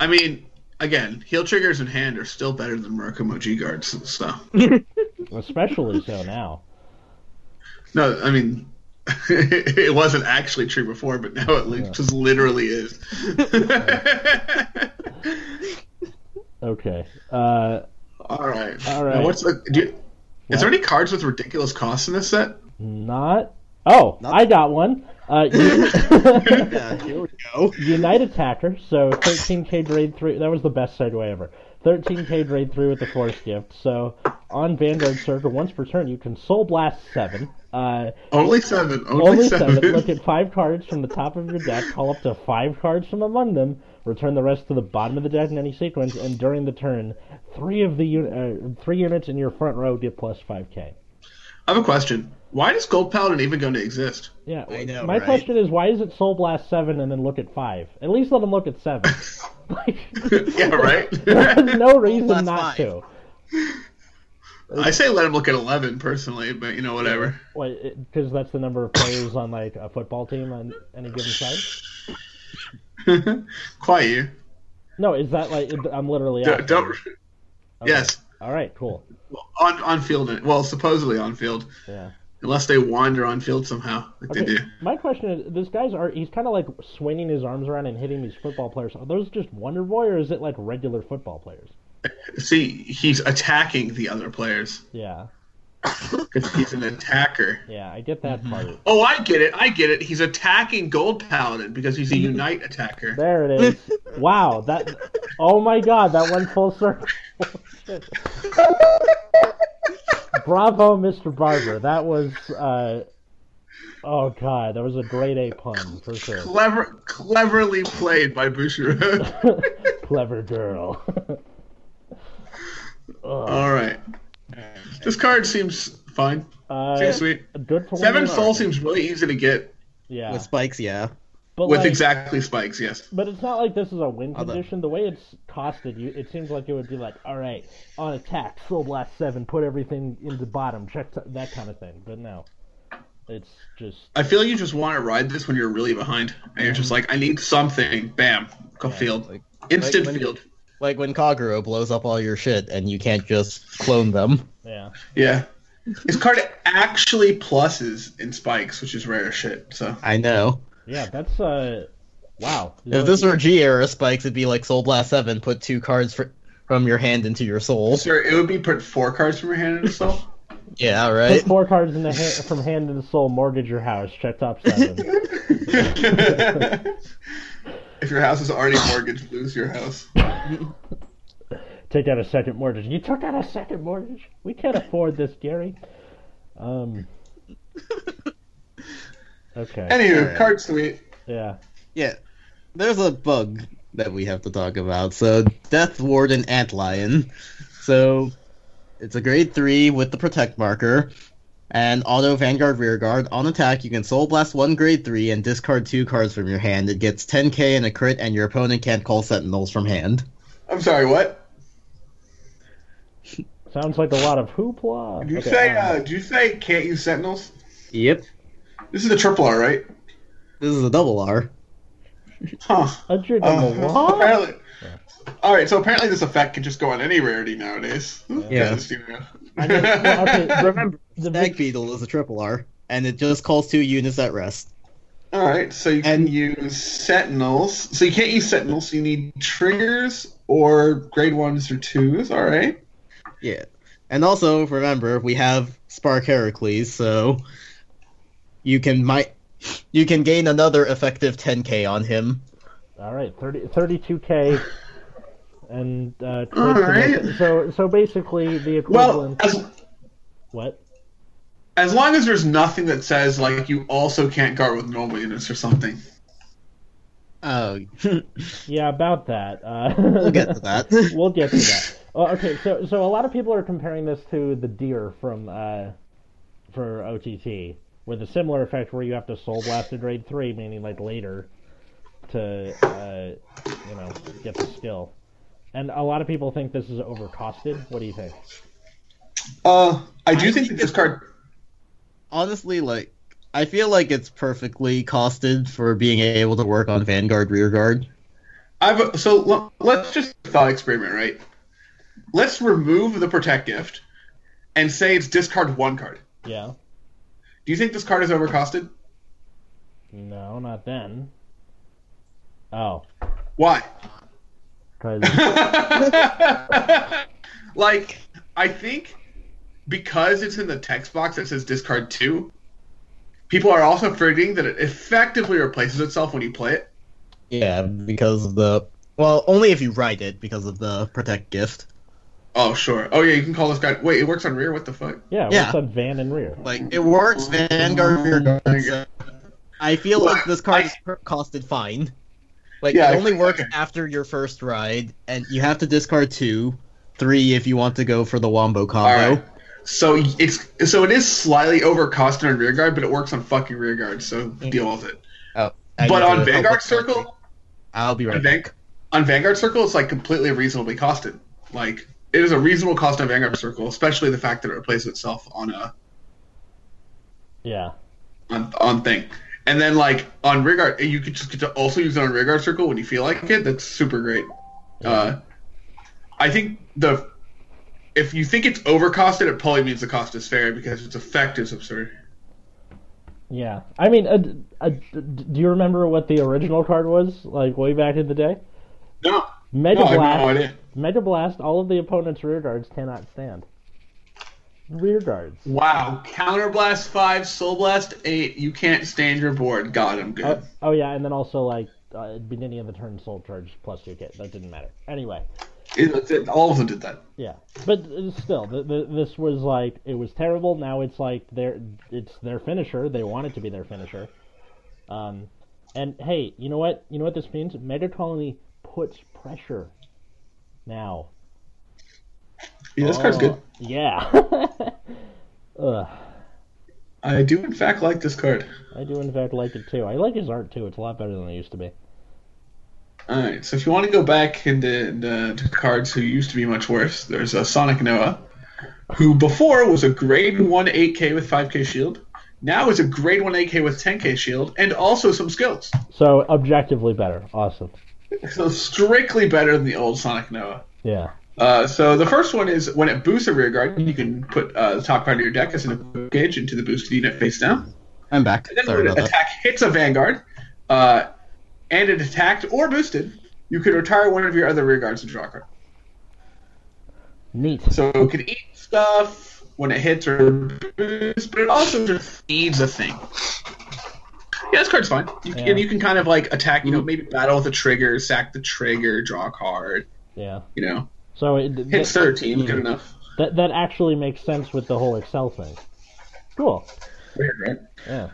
B: I mean, again, heel triggers in hand are still better than Murakumo G guards. So
A: especially so now.
B: no, I mean, it wasn't actually true before, but now it li- just literally is.
A: Okay. Uh,
B: All right.
A: All right.
B: Now, what's the? Do you, is there any cards with ridiculous costs in this set?
A: Not. Oh,
C: Not-
A: I got one. Uh, U-
C: Yeah, here we go.
A: Unite Attacker. So 13k grade three. That was the best segue ever. 13k grade three with the Force Gift. So on Vanguard Circle, once per turn, you can Soul Blast seven. Uh,
B: Only seven. Only,
A: only
B: seven.
A: seven. Look at five cards from the top of your deck. Call up to five cards from among them. Return the rest to the bottom of the deck in any sequence. And during the turn, three of the un- uh, three units in your front row get plus 5k.
B: I have a question. Why does Gold Paladin even going to exist?
A: Yeah,
C: I know,
A: My
C: right?
A: question is, why is it Soul Blast seven and then look at five? At least let them look at seven. like,
B: yeah, right.
A: there's no reason
C: Blast
A: not
C: five.
A: to.
B: I say let him look at eleven personally, but you know whatever.
A: Because that's the number of players on like a football team on any given side.
B: Quiet you.
A: No, is that like I'm literally
B: Don't.
A: asking.
B: don't Yes,
A: All right, cool.
B: on on field. Well, supposedly on field,
A: Yeah.
B: unless they wander on field somehow, like they
A: Okay,
B: do.
A: my question is: This guy's art—he's kind of like swinging his arms around and hitting these football players. Are those just Wonder Boy, or is it like regular football players?
B: See, he's attacking the other players
A: Yeah,
B: because he's an attacker.
A: yeah, I get that part.
B: Oh, I get it. I get it. He's attacking Gold Paladin because he's a Unite attacker.
A: There it is. wow, that. Oh my god, that went full circle. Bravo, Mr. Barber. That was. Uh, oh god, that was a grade A pun for sure.
B: Clever, cleverly played by Bushiro.
A: Clever girl.
B: All right, this card seems fine.
A: uh,
B: Seems sweet.
A: good for
B: Seven
A: one.
B: Soul seems really easy to get
A: Yeah,
C: With spikes, yeah.
A: but
B: with
A: like,
B: exactly spikes. Yes.
A: But it's not like this is a win
C: Although-
A: condition. The way it's costed, you it seems like it would be like, all right, on attack, soul blast seven, put everything in the bottom, check t- that kind of thing. But no, it's just
B: I feel you just want to ride this when you're really behind, and you're just like, I need something. Bam, go field,
C: like-
B: instant
C: like when-
B: field.
C: Like when Kaguro blows up all your shit and you can't just clone them.
A: yeah.
B: Yeah, his card actually pluses in spikes, which is rare as shit. So
C: I know.
A: Yeah, that's uh, wow.
C: If this were G era spikes, it'd be like Soul Blast 7, put two cards fr- from your hand into your soul.
B: sir, it would be put four cards from your hand into soul.
C: Yeah,
A: Put
C: right?
A: four cards in the ha- from hand and soul, mortgage your house, check top seven.
B: if your house is already mortgaged, lose your house.
A: Take out a second mortgage. You took out a second mortgage. We can't afford this, Gary. Um. Okay.
B: Anywho, card sweet.
A: Yeah.
C: Yeah. There's a bug that we have to talk about. So, Death Warden Antlion. So, it's a grade 3 with the Protect marker. And auto Vanguard Rearguard. On attack, you can Soul Blast 1 grade 3 and discard 2 cards from your hand. It gets 10k and a crit, and your opponent can't call Sentinels from hand.
B: I'm sorry, what?
A: Sounds like a lot of hoopla.
B: Did you
A: Okay,
B: say?
A: um,
B: Uh, did you say can't use sentinels?
C: Yep.
B: This is a triple R, right?
C: This is a double R.
B: Huh.
A: hundred
B: Uh,
A: and
C: Uh-huh.
A: one.
B: apparently. All right, so apparently this effect can just go on any rarity nowadays.
C: Yeah.
B: Because, you know.
A: I mean, well, okay, remember the
C: Stag
A: big,
C: Beetle is a triple R, and it just calls two units at rest.
B: All right, so you can
C: And-
B: use sentinels. So you can't use sentinels. So you need triggers or grade ones or twos. All right.
C: Yeah. And also, remember, we have Spark Heracles, so you can might you can gain another effective 10k on him.
A: all right, 30, 32k, and uh,
B: All right.
A: so so basically the
B: Well,
A: equivalent.
B: as,
A: what?
B: as long as there's nothing that says like you also can't guard with normal units or something.
C: Oh,
A: Yeah, about that. Uh,
C: we'll get to that.
A: we'll get to that. Oh, okay, so so a lot of people are comparing this to the deer from uh, for OTT, with a similar effect where you have to soul blast a grade three, meaning like later, to uh, you know get the skill. And a lot of people think this is overcosted. What do you think?
B: Uh, I do think that this card.
C: honestly, like, I feel like it's perfectly costed for being able to work on Vanguard Rearguard.
B: I've so l- let's just thought experiment, right? Let's remove the protect gift, and say it's discard one card.
A: Yeah.
B: Do you think this card is overcosted?
A: No, not then. Oh,
B: Why?
A: 'cause-
B: like, I think because it's in the text box that says discard two, people are also forgetting that it effectively replaces itself when you play it.
C: Yeah, because of the. Well, only if you write it because of the Protect gift.
B: Oh, sure. Oh, yeah, you can call this guy. Wait, it works on rear? What the fuck?
A: yeah,
C: Yeah.
A: what's up, van and rear?
C: Like, it works Vanguard Rearguard. So I feel like this card is per- costed fine. Like,
B: Yeah, I-
C: it only works after your first ride, and you have to discard two, three if you want to go for the Wombo combo.
B: Alright. So it's so it is slightly overcosted on rear guard, but it works on fucking rear guard, so deal with it.
C: I
B: but
C: need
B: on
C: to-
B: Vanguard Circle,
C: I'll be right
B: on,
C: back.
B: Van- on Vanguard Circle, it's like completely reasonably costed. Like it is a reasonable cost on Vanguard Circle, especially the fact that it replaces itself on a
A: Yeah.
B: on, on thing. And then like on rear guard, you could just get to also use it on rear guard circle when you feel like it. That's super great. Uh, I think the if you think it's overcosted, it probably means the cost is fair because its effect is absurd.
A: Yeah. I mean, uh, d- uh, d- d- do you remember what the original card was, like, way back in the day?
B: No,
A: Mega
B: no, I have no
A: Blast.
B: idea.
A: Mega Blast, all of the opponent's rear guards cannot stand. Rear guards.
B: Wow, counterblast five, soul blast eight. You can't stand your board. God, I'm good.
A: Oh, oh, yeah, and then also, like, uh, beginning of the turn, soul charge plus 2k. That didn't matter. Anyway,
B: It- it's- it- all of them did that.
A: yeah. But uh, still, th th this was, like, it was terrible. Now it's, like, their, it's their finisher. They want it to be their finisher. Um, and, hey, you know what? You know what this means? Mega Colony puts pressure now.
B: Yeah, this card's
A: Oh,
B: good.
A: Yeah. Ugh,
B: I do in fact like this card.
A: I do in fact like it too. I like his art too. It's a lot better than it used to be.
B: All right, so if you want to go back into, into to cards who used to be much worse, there's uh, Sonic Noah, who before was a grade 1 8K with 5K shield, now is a grade 1 8K with 10K shield, and also some skills.
A: So objectively better. Awesome.
B: So strictly better than the old Sonic Noah.
A: Yeah.
B: Uh, so the first one is when it boosts a rear guard, you can put uh, the top card of your deck as an engage into the boosted unit face down.
C: I'm back.
B: And then
C: Sorry
B: when an
C: about that.
B: attack hits a vanguard, uh, and it attacked or boosted, you could retire one of your other rear guards and draw a card.
A: Neat.
B: So it could eat stuff when it hits or boosts, but it also just feeds a thing. Yeah, this card's fine. You can,
A: Yeah.
B: you can kind of like attack, you know, maybe battle with a trigger, sack the trigger, draw a card,
A: Yeah.
B: you know,
A: So it, th-
B: hits
A: th-
B: 13, good enough.
A: that that actually makes sense with the whole Excel thing. Cool.
B: Weird, right?
A: Yeah.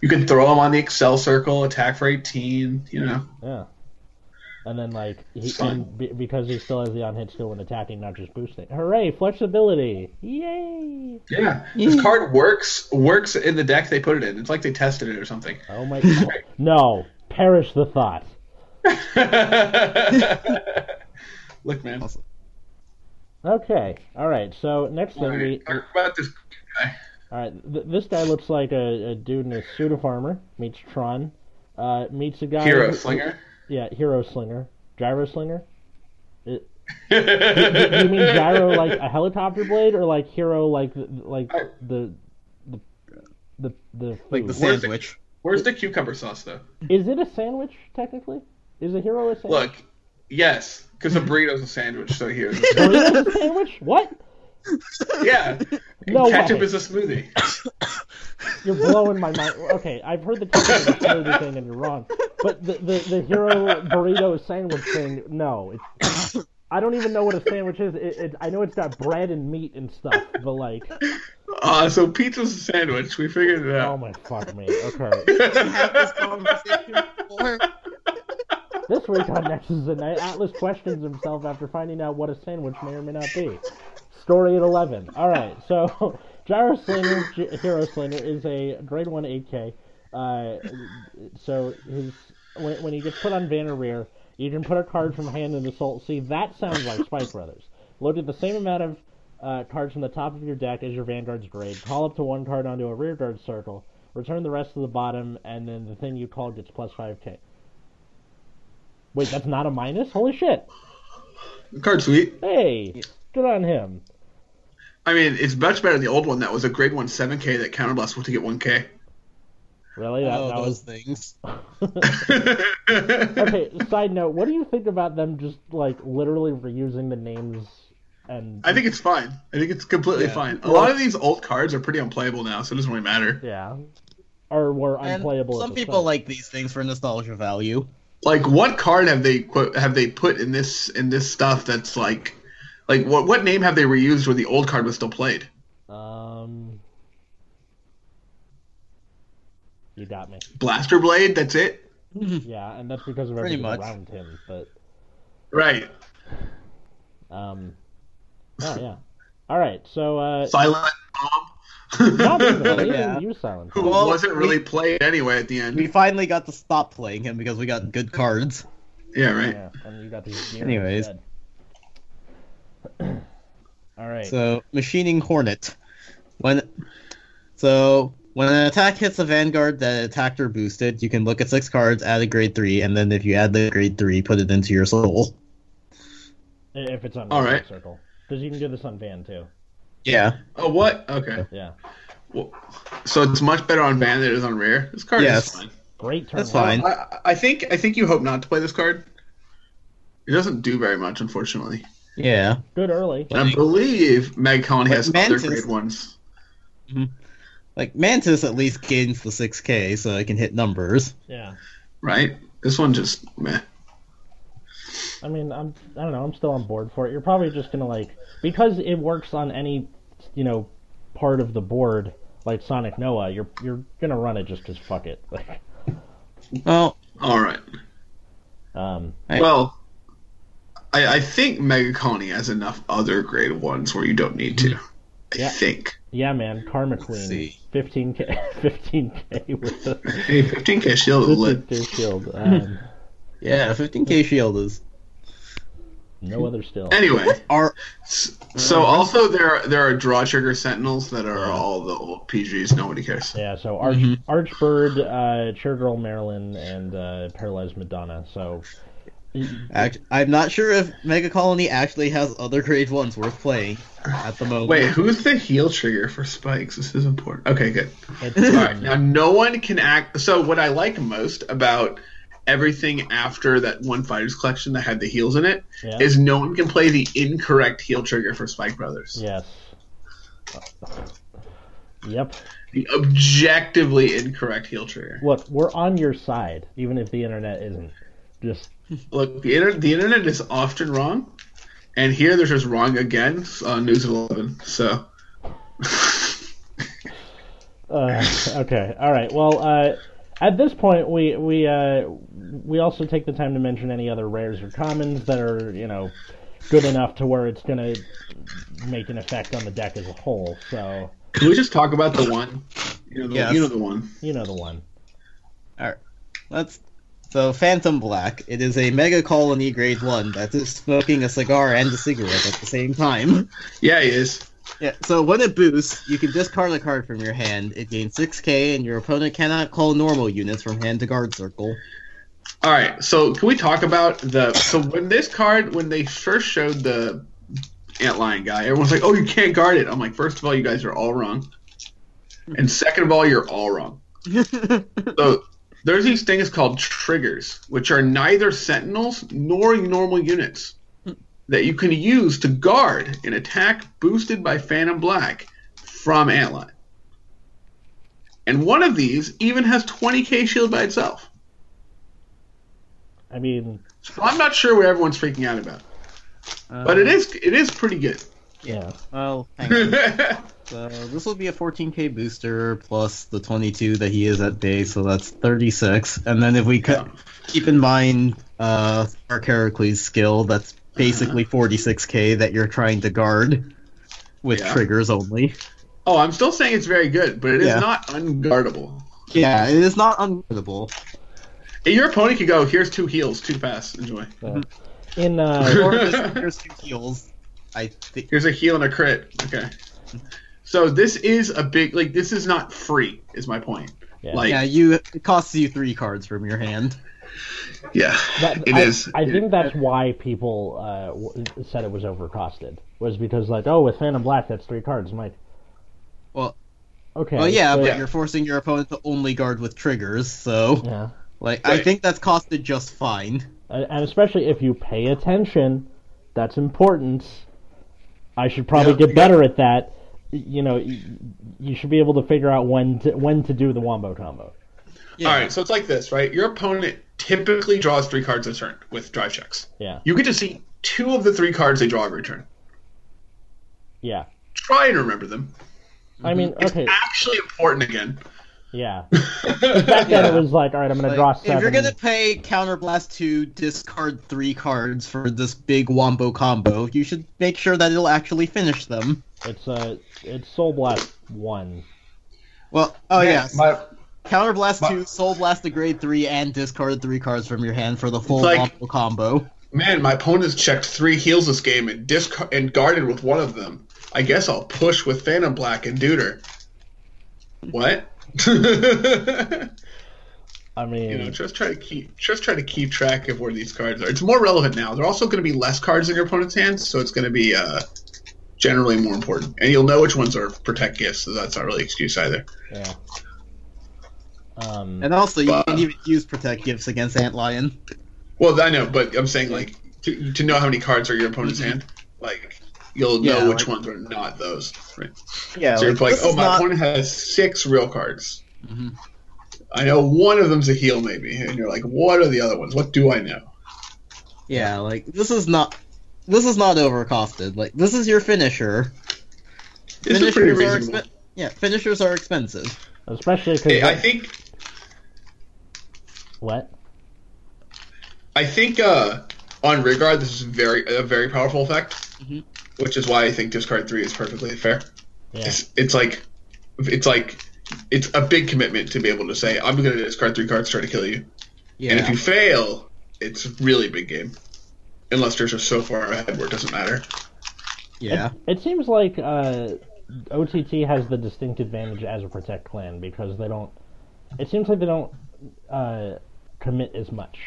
B: You can throw him on the Excel circle, attack for 18, you know.
A: Yeah. And then like he
B: It's fine.
A: and be, because he still has the on hit skill when attacking, not just boosting. Hooray! Flexibility. Yay!
B: Yeah, this card works works in the deck they put it in. It's like they tested it or something.
A: Oh my. no. Perish the thought.
B: Look, man. All
A: Okay. All right. So next thing we
B: right, talk about this guy.
A: All right, th- this guy looks like a, a dude in a suit of armor. Meets Tron. Uh, meets a guy.
B: Hero Slinger.
A: Yeah, hero slinger, gyro slinger. Do you mean gyro like uh, a helicopter blade, or like hero like th- like
B: I-
A: the the the the
C: Like
A: food?
C: the
B: Where's the-
C: sandwich.
B: Where's the cucumber sauce, though?
A: Is it a sandwich technically? Is a hero a sandwich?
B: Look, yes, because a burrito's a sandwich, so here.
A: Burrito's a sandwich? What?
B: yeah. And
A: No
B: ketchup
A: way.
B: is a smoothie.
A: You're blowing my mind. Okay, I've heard the ketchup and smoothie thing, and you're wrong. But the, the the hero burrito sandwich thing, no. It's, I don't even know what a sandwich is. It, it, I know it's got bread and meat and stuff, but like,
B: Uh, so pizza's a sandwich. We figured it
A: oh
B: out.
A: my fuck me. Okay, this week on Next is the Night, Atlas questions himself after finding out what a sandwich may or may not be. Story at eleven. All right, so Gyro Slayer, G- Hero Slayer is a grade one 8K. Uh, so his when, when he gets put on Banner Rear, you can put a card from hand into Assault. See, that sounds like Spike Brothers. Loaded the same amount of uh, cards from the top of your deck as your Vanguard's grade. Call up to one card onto a rear guard circle. Return the rest to the bottom, and then the thing you called gets plus 5K. Wait, that's not a minus? Holy shit!
B: Card sweet.
A: Hey, good on him.
B: I mean, it's much better than the old one that was a grade one seven K that counterblast to get one K.
A: Really? That,
C: oh,
A: that
C: those
A: was
C: things.
A: okay. Side note: What do you think about them just like literally reusing the names? And
B: I think it's fine. I think it's completely
C: Yeah.
B: fine. A lot of these old cards are pretty unplayable now, so it doesn't really matter.
A: yeah, or were
C: And
A: unplayable. at
C: some
A: the
C: people
A: start.
C: like these things for nostalgia value.
B: Like, what card have they quote, have they put in this in this stuff that's like, like what what name have they reused where the old card was still played?
A: Um, you got me.
B: Blaster Blade. That's it.
A: Yeah, and that's because of
C: Pretty
A: everything
C: much.
A: around him. But
B: Right.
A: um, oh yeah. All right, so uh,
B: Silent Bomb.
A: not even, they didn't
C: Yeah.
A: use Silent.
B: Who
A: Bob.
C: Well,
B: wasn't
C: we-
B: really played anyway at the end.
C: We finally got to stop playing him because we got good cards.
B: yeah, right.
A: Yeah, and you got these. gear
C: Anyways.
A: instead. All right.
C: So machining hornet. When so when an attack hits a vanguard that attacked or boosted, you can look at six cards, add a grade three, and then if you add the grade three, put it into your soul.
A: If it's on
B: All
A: Red
B: right.
A: Circle. Because you can do this on Van too.
C: Yeah.
B: Oh, what? Okay.
A: Yeah.
B: Well, so it's much better on ban than it is on rare. This card
C: Yes.
B: is fine.
A: Great turn.
C: That's fine.
B: I, I think I think you hope not to play this card. It doesn't do very much, unfortunately.
C: Yeah.
A: Good early.
B: And I believe Meg Collin has
C: But
B: other
C: Mantis-
B: great ones.
C: Like Mantis at least gains the six K so it can hit numbers.
A: Yeah.
B: Right? This one just meh.
A: I mean, I'm I don't know. I'm still on board for it. You're probably just gonna like because it works on any you know part of the board like Sonic Noah. You're you're gonna run it just because fuck it.
C: Well
B: All right.
A: um.
C: Hey.
B: Well, I, I think Mega Colony has enough other grade ones where you don't need to. I
A: Yeah.
B: think.
A: Yeah, man. Karma Queen.
C: see.
A: 15k. 15k with a
B: Hey, 15k shield is lit.
A: with a shield. Um,
C: yeah, fifteen K shield is
A: no other still.
B: Anyway,
C: are
B: s- so also there are, there are draw trigger sentinels that are all the old PGs. Nobody cares.
A: Yeah, so Arch,
B: Mm-hmm.
C: Mhm.
A: Archbird, uh, Chairgirl Marilyn, and uh, Paralyzed Madonna. So
C: act- I'm not sure if Mega Colony actually has other grade ones worth playing at the moment.
B: Wait, who's the heel trigger for spikes? This is important. Okay, good.
A: it's,
B: All right,
A: um,
B: now no one can act. So what I like most about everything after that one fighters collection that had the heels in it is
A: yeah,
B: no one can play the incorrect heel trigger for Spike Brothers.
A: yes. Yep.
B: The objectively incorrect heel trigger.
A: Look, we're on your side, even if the internet isn't. Just
B: Look, the, inter- the internet is often wrong, and here they're just wrong again on News at Eleven. So
A: uh, okay. All right. Well, uh, at this point, we we uh, we also take the time to mention any other rares or commons that are you know good enough to where it's gonna make an effect on the deck as a whole. So
B: can we just talk about the one? You know, the,
C: Yes.
B: you know the one.
A: you know the one.
C: Let's. So, Phantom Black. It is a mega colony grade one that is smoking a cigar and a cigarette at the same time.
B: Yeah, he is.
C: Yeah. So when it boosts, you can discard a card from your hand. It gains 6k, and your opponent cannot call normal units from hand to guard circle.
B: All right, so can we talk about the so when this card when they first showed the antlion guy, everyone's like, "Oh, you can't guard it." I'm like, first of all, you guys are all wrong, and second of all, you're all wrong. So there's these things called triggers, which are neither sentinels nor normal units that you can use to guard an attack boosted by Phantom Black from antlion. And one of these even has 20k shield by itself.
A: I mean,
B: So I'm not sure what everyone's freaking out about, but it is it is pretty good.
A: yeah.
C: Uh, Well, hang on.
B: yeah,
C: so this will be a 14k booster plus the 22 that he is at base, so that's 36. And then if we cut, keep in mind uh, our Heracles skill, that's
B: Uh-huh.
C: basically 46k that you're trying to guard with
B: Yeah.
C: triggers only.
B: Oh, I'm still saying it's very good, but it is
C: Yeah.
B: not unguardable.
C: Yeah, it is not unguardable.
B: Your opponent could go, here's two heals, two pass, enjoy.
A: So. In uh,
C: Or if there's- there's two heals. I think.
B: Here's a heal and a crit. Okay. So this is a big like this is not free, is my point.
A: Yeah.
B: Like
C: Yeah,
B: yeah,
C: you. It costs you three cards from your hand.
A: that,
B: it
A: I,
B: is.
A: I think that's why people uh, w- said it was overcosted. Was because like, oh, with Phantom Black, that's three cards. I'm like,
C: Well-
A: okay.
C: Well, yeah,
A: but-
C: but you're forcing your opponent to only guard with triggers, so
A: yeah.
C: like I
B: Right.
C: think that's costed just fine.
A: And and especially if you pay attention, that's important. I should probably
B: Yeah,
A: get
B: yeah.
A: better at that. Y- You know, y- you should be able to figure out when to, when to do the wombo combo.
C: Yeah.
B: All right, so it's like this, right? Your opponent typically draws three cards a turn with drive checks.
A: Yeah,
B: You get to see two of the three cards they draw every turn.
A: yeah.
B: Try and remember them.
A: I mean,
C: Mm-hmm.
B: It's
A: okay,
B: actually important again.
A: yeah. Back then it was like, all right, I'm going to
C: Like,
A: draw
C: if
A: seven.
C: you're gonna pay Counterblast to discard three cards for this big wombo combo, you should make sure that it'll actually finish them.
A: It's uh, it's Soul Blast one.
C: Well, oh yes,
B: My-
C: Counterblast
B: my-
C: two, Soul Blast to grade three, and discard three cards from your hand for the full
B: like-
C: wombo combo.
B: Man, my opponent's checked three heals this game and disc- and guarded with one of them. I guess I'll push with Phantom Black and Deuter. What? you
A: I mean,
B: know, just try to keep just try to keep track of where these cards are. It's more relevant now. They're also going to be less cards in your opponent's hands, so it's going to be uh, generally more important. And you'll know which ones are protect gifts, so that's not really an excuse either.
A: yeah. Um,
C: And also, you
B: Wow.
C: can even use Protect Gifts against Antlion.
B: Well, I know, but I'm saying like to, to know how many cards are in your opponent's hand, like you'll
C: Mm-hmm. Yeah,
B: know which
C: like-
B: ones are not those. Right.
C: Yeah,
B: So you're like,
C: this
B: oh,
C: is
B: my
C: not-
B: opponent has six real cards.
C: Mhm.
B: I know one of them's a heal, maybe, and you're like, what are the other ones? What do I know?
C: Yeah, like this is not this is not overcosted. Like this is your finisher.
B: This is
C: finishers
B: pretty
C: are
B: reasonable.
C: expen- yeah, finishers are expensive.
A: especially because
B: Hey, I think
A: what?
B: I think uh, on Rigard, this is very a very powerful effect,
A: Mm-hmm.
C: Mhm.
B: which is why I think discard three is perfectly fair.
A: Yeah,
B: It's, it's like it's like it's a big commitment to be able to say I'm going to discard three cards to try to kill you, and if
C: Yeah.
B: you fail, it's a really big game. Unless there's just so far ahead where it doesn't matter.
C: yeah.
A: it seems like uh, OTT has the distinct advantage as a protect clan because they don't. It seems like they don't uh, commit as much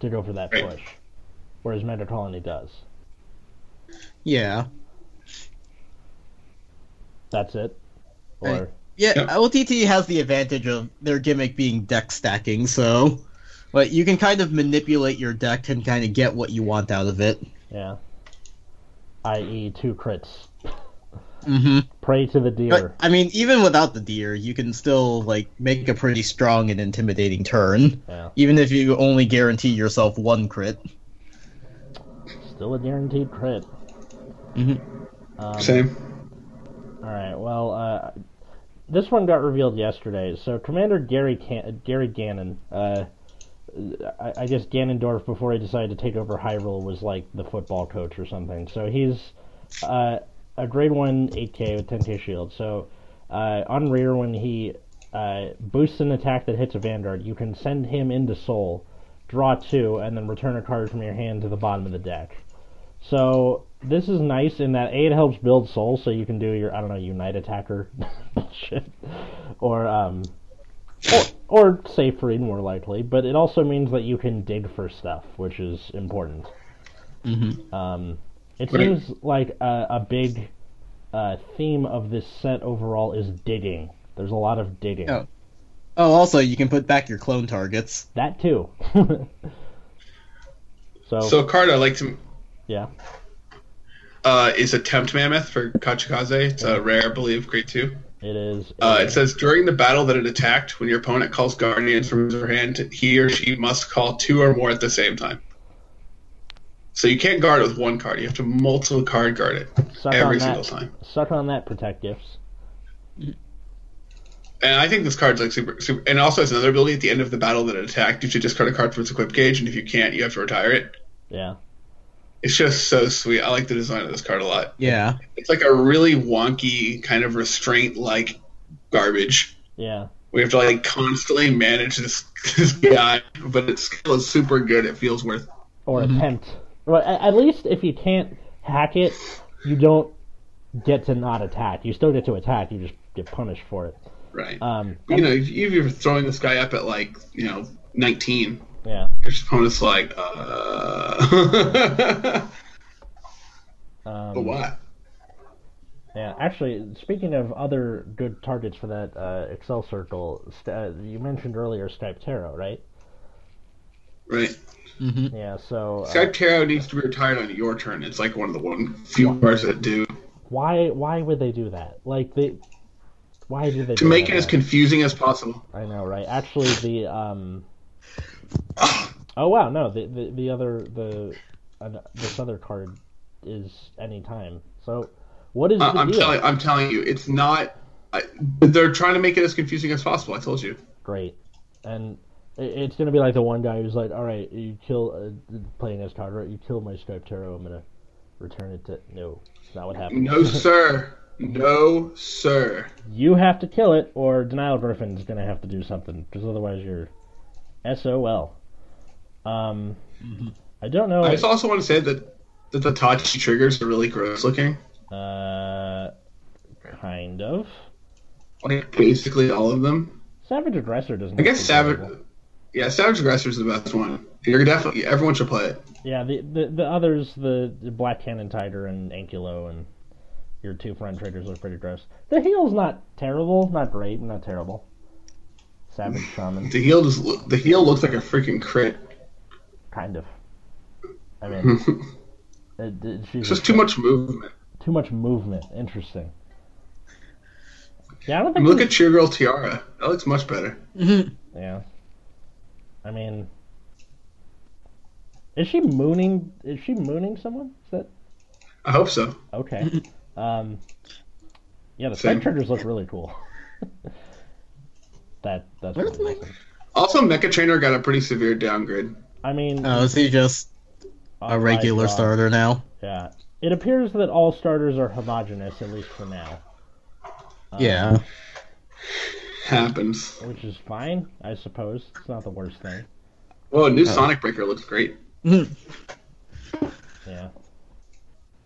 A: to go for that
B: Right.
A: push, whereas Meta Colony does.
C: Yeah.
A: That's it. Or
C: Right. Yeah,
B: Yep.
C: OTT has the advantage of their gimmick being deck stacking, so like you can kind of manipulate your deck and kind of get what you want out of it.
A: yeah, i.e. two crits.
C: hmm
A: Pray to the
C: But
A: deer.
C: I mean, even without the deer, you can still like make a pretty strong and intimidating turn,
A: Yeah,
C: even if you only guarantee yourself one crit.
A: still a guaranteed crit.
C: Mhm.
A: Um,
B: Same.
A: All right. Well, uh, this one got revealed yesterday. So Commander Gary Can- Gary Gannon, uh, I-, I guess Ganondorf, before he decided to take over Hyrule, was like the football coach or something. So he's uh, a grade one 8K with 10K shield. So uh, on rear, when he uh, boosts an attack that hits a Vanguard, you can send him into Soul, draw two, and then return a card from your hand to the bottom of the deck. So this is nice in that A it helps build soul so you can do your I don't know, Unite Attacker bullshit. Or um or, or safe read more likely, but it also means that you can dig for stuff, which is important.
C: Mhm.
A: Um, it
B: Right.
A: seems like a, a big uh, theme of this set overall is digging. There's a lot of digging.
C: Oh. Oh, also you can put back your clone targets.
A: That too. so,
B: So, Carter, like to
A: yeah,
B: uh, is a Tempt Mammoth for Kachikaze. It's a rare, I believe, grade 2.
A: it is.
B: Uh, it says during the battle that it attacked, when your opponent calls Guardians from his or her hand, he or she must call two or more at the same time. So you can't guard it with one card. You have to multiple card guard it
A: suck
B: every
A: on
B: single
A: that,
B: time.
A: Suck on that, protect gifts.
B: And I think this card's like super, super. And also, has another ability at the end of the battle that it attacked. You should discard a card from its equip gauge, and if you can't, you have to retire it.
A: Yeah.
B: It's just so sweet. I like the design of this card a lot.
C: Yeah.
B: It's like a really wonky kind of restraint like garbage.
A: Yeah.
B: We have to like constantly manage this this guy, but its skill is super good. It feels worth.
A: Or attempt. Well, a- at least if you can't hack it, you don't get to not attack. You still get to attack. You just get punished for it.
B: Right.
A: Um,
B: you know, if if you're throwing this guy up at like you know 19,
A: yeah.
B: your opponent's like, uh,
A: Um,
B: but why?
A: Yeah, actually, speaking of other good targets for that uh, Excel circle, st- uh, you mentioned earlier Skype Tarot, right?
B: Right.
C: Mm-hmm.
A: Yeah, so uh,
B: Skype Tarot needs to be retired on your turn. It's like one of the one few cards that do
A: why why would they do that? Like they, why do they
B: to
A: do
B: make
A: that?
B: it as confusing as possible.
A: I know, right? Actually, the um, oh wow, no, the the, the other the uh, this other card is anytime. So what is
B: I-
A: the
B: Uh, I'm
A: deal?
B: telling, I'm telling you, it's not. I, they're trying to make it as confusing as possible. I told you.
A: great. And i- it's gonna be like the one guy who's like, "All right, you kill uh, playing as card, right? You kill my Stripe Tarot. I'm gonna return it to no. It's not what happened.
B: No, sir. No, sir.
A: You have to kill it, or Denial Griffin's gonna have to do something, because otherwise you're SOL. Um, I don't know.
B: Mm-hmm. I just also want to say that that the Tachi triggers are really gross looking.
A: Uh, kind of.
B: Like basically all of them.
A: Savage Aggressor doesn't.
B: I guess
A: look
B: Savage.
A: terrible.
B: Yeah, Savage Aggressor is the best one. You're definitely everyone should play it.
A: Yeah, the, the the others, the, the Black Cannon Tiger and Ankylo and your two front traders look pretty gross. The heel's not terrible, not great, not terrible. Savage Shaman,
B: The heel just lo- the heel looks like a freaking crit.
A: kind of. I mean, it, it, she's
B: It's just Hmm. too much movement.
A: too much movement. Interesting. Yeah, I don't
B: I
A: think.
B: mean, look
A: we-
B: at Cheer Girl Tiara. That looks much better.
C: Mm-hmm.
A: yeah. I mean, is she mooning? Is she mooning someone? Is that
B: I hope so.
A: Okay. um, yeah, the
B: Same.
A: Skype chargers look really cool. that that's.
C: Where's
A: really
C: my-
A: awesome.
B: Also, Mecha Trainer got a pretty severe downgrade.
A: I mean,
C: Oh, is he just
A: oh my
C: a regular
A: God.
C: starter now?
A: Yeah, it appears that all starters are homogenous, at least for now, Uh-huh. Um,
C: yeah.
B: Happens.
A: which is fine, I suppose. It's not the worst thing.
B: Whoa, new Oh, Sonic Breaker looks great.
A: Yeah.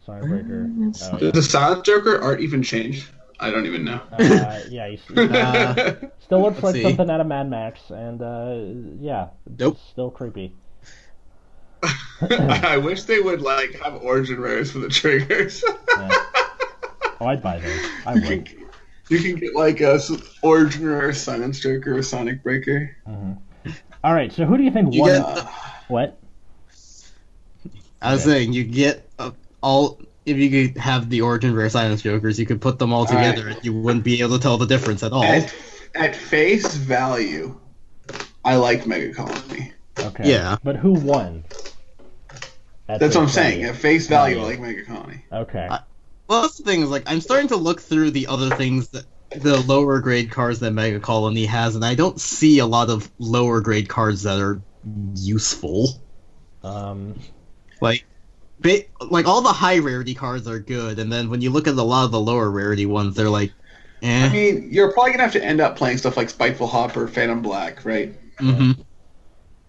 A: Sonic Breaker.
C: Uh,
A: Oh,
B: Did the Silent Joker art even change? I don't even know.
A: yeah. Uh, yeah, he s-
C: Uh,
A: still looks like
C: see.
A: something out of Mad Max, and uh, yeah,
C: Nope.
A: it's still creepy.
B: I wish they would like have origin rares for the triggers.
A: Oh, I'd buy those. I would.
B: you can get like a s- origin rare Silent Joker or Sonic Breaker.
A: Mm-hmm.
B: Uh,
A: All right, so who do you think
C: You
A: won?
C: get-
A: What?
C: I was saying you get uh, all if you could have the origin rare silence jokers, you could put them all
B: right.
C: together and you wouldn't be able to tell the difference at all.
B: At, at face value, I like Mega Colony.
A: Okay.
C: Yeah.
A: But who won?
B: That's what I'm
A: it.
B: saying. At face value, I like Mega Colony.
A: Okay.
C: Well, that's the thing is like I'm starting to look through the other things that the lower grade cards that Mega Colony has, and I don't see a lot of lower grade cards that are useful.
A: Um,
C: Like, ba- like all the high rarity cards are good, and then when you look at a lot of the lower rarity ones, they're like, eh.
B: I mean, you're probably gonna have to end up playing stuff like Spiteful Hopper, Phantom Black, right?
C: mhm.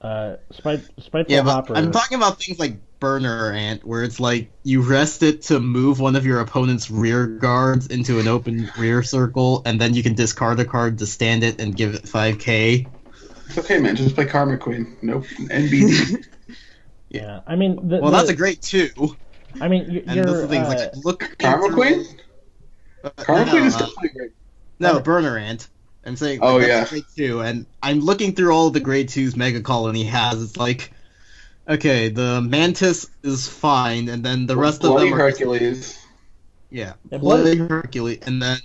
A: uh, Spite, Spiteful
C: Yeah, but
A: Hopper.
C: I'm talking about things like Burner Ant, where it's like you rest it to move one of your opponent's rear guards into an open rear circle, and then you can discard a card to stand it and give it 5k.
B: It's okay, man. Just play Karma Queen. Nope. NBD.
A: yeah. I mean, the,
C: Well,
A: the,
C: that's a great two.
A: I mean, y-
C: And
A: you're.
C: those are things
A: uh,
C: like look.
B: Karma Queen? Karma
C: no,
B: Queen is
C: uh,
B: definitely great.
C: no burner ant. I'm saying.
B: Oh,
C: that's
B: yeah.
C: a Grade two, and I'm looking through all the grade twos Mega Colony has. It's like, okay, the Mantis is fine, and then the rest
B: Bloody
C: of them are
B: Hercules,
C: yeah,
A: Yeah,
C: Bloody Hercules, and then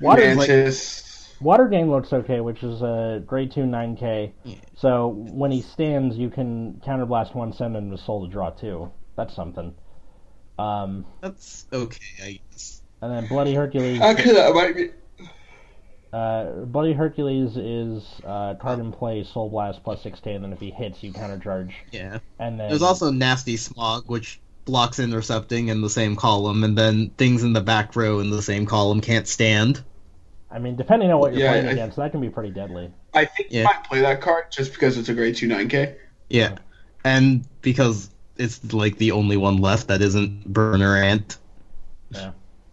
A: Water,
C: Man. like-
B: Mantis.
A: Water Game looks okay, which is a grade 2 9k.
C: Yeah.
A: So when he stands, you can counterblast one, send him to soul to draw two. That's something. Um,
C: that's okay, I guess.
A: and then Bloody Hercules.
B: Actually, that might be.
A: Uh, Bloody Hercules is uh, card in play, soul blast plus 6k, and then if he hits, you countercharge.
C: Yeah.
A: And then
C: There's also Nasty Smog, which blocks intercepting in the same column, and then things in the back row in the same column can't stand.
A: I mean, depending on what you're
B: Yeah,
A: playing
B: I-
A: against, that can be pretty deadly.
B: I think
C: Yeah.
B: you might play that card just because it's a grade two nine K.
C: Yeah, and because it's like the only one left that isn't burner ant.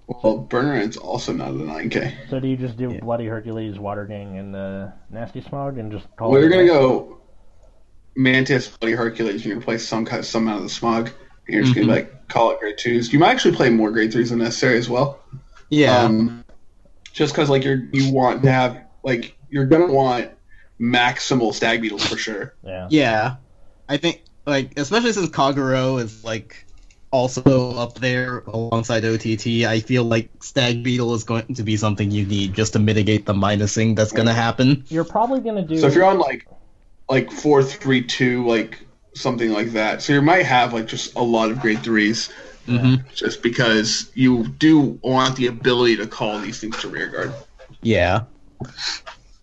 B: Well, Burner Ant's also not a nine K.
A: So do you just do
C: Yeah.
A: Bloody Hercules, Water Gang, and uh, Nasty Smog, and just
C: Oh,
A: call? it
B: We're
A: a
B: gonna
A: day?
B: go Mantis, Bloody Hercules. You're gonna play some kind, some out of the smog. And you're just
C: Mhm.
B: gonna like call it grade twos. You might actually play more grade threes than necessary as well.
C: Yeah,
B: Um, just because like you're you want to have like you're gonna want maximal stag beetles for sure.
A: Yeah.
C: yeah. I think like especially since Kaguro is like also up there alongside OTT. I feel like Stag Beetle is going to be something you need just to mitigate the minusing that's going to happen.
A: You're probably gonna do.
B: So if you're on like like four three two like something like that, so you might have like just a lot of grade threes
C: hmm
B: just because you do want the ability to call these things to rearguard.
C: Yeah.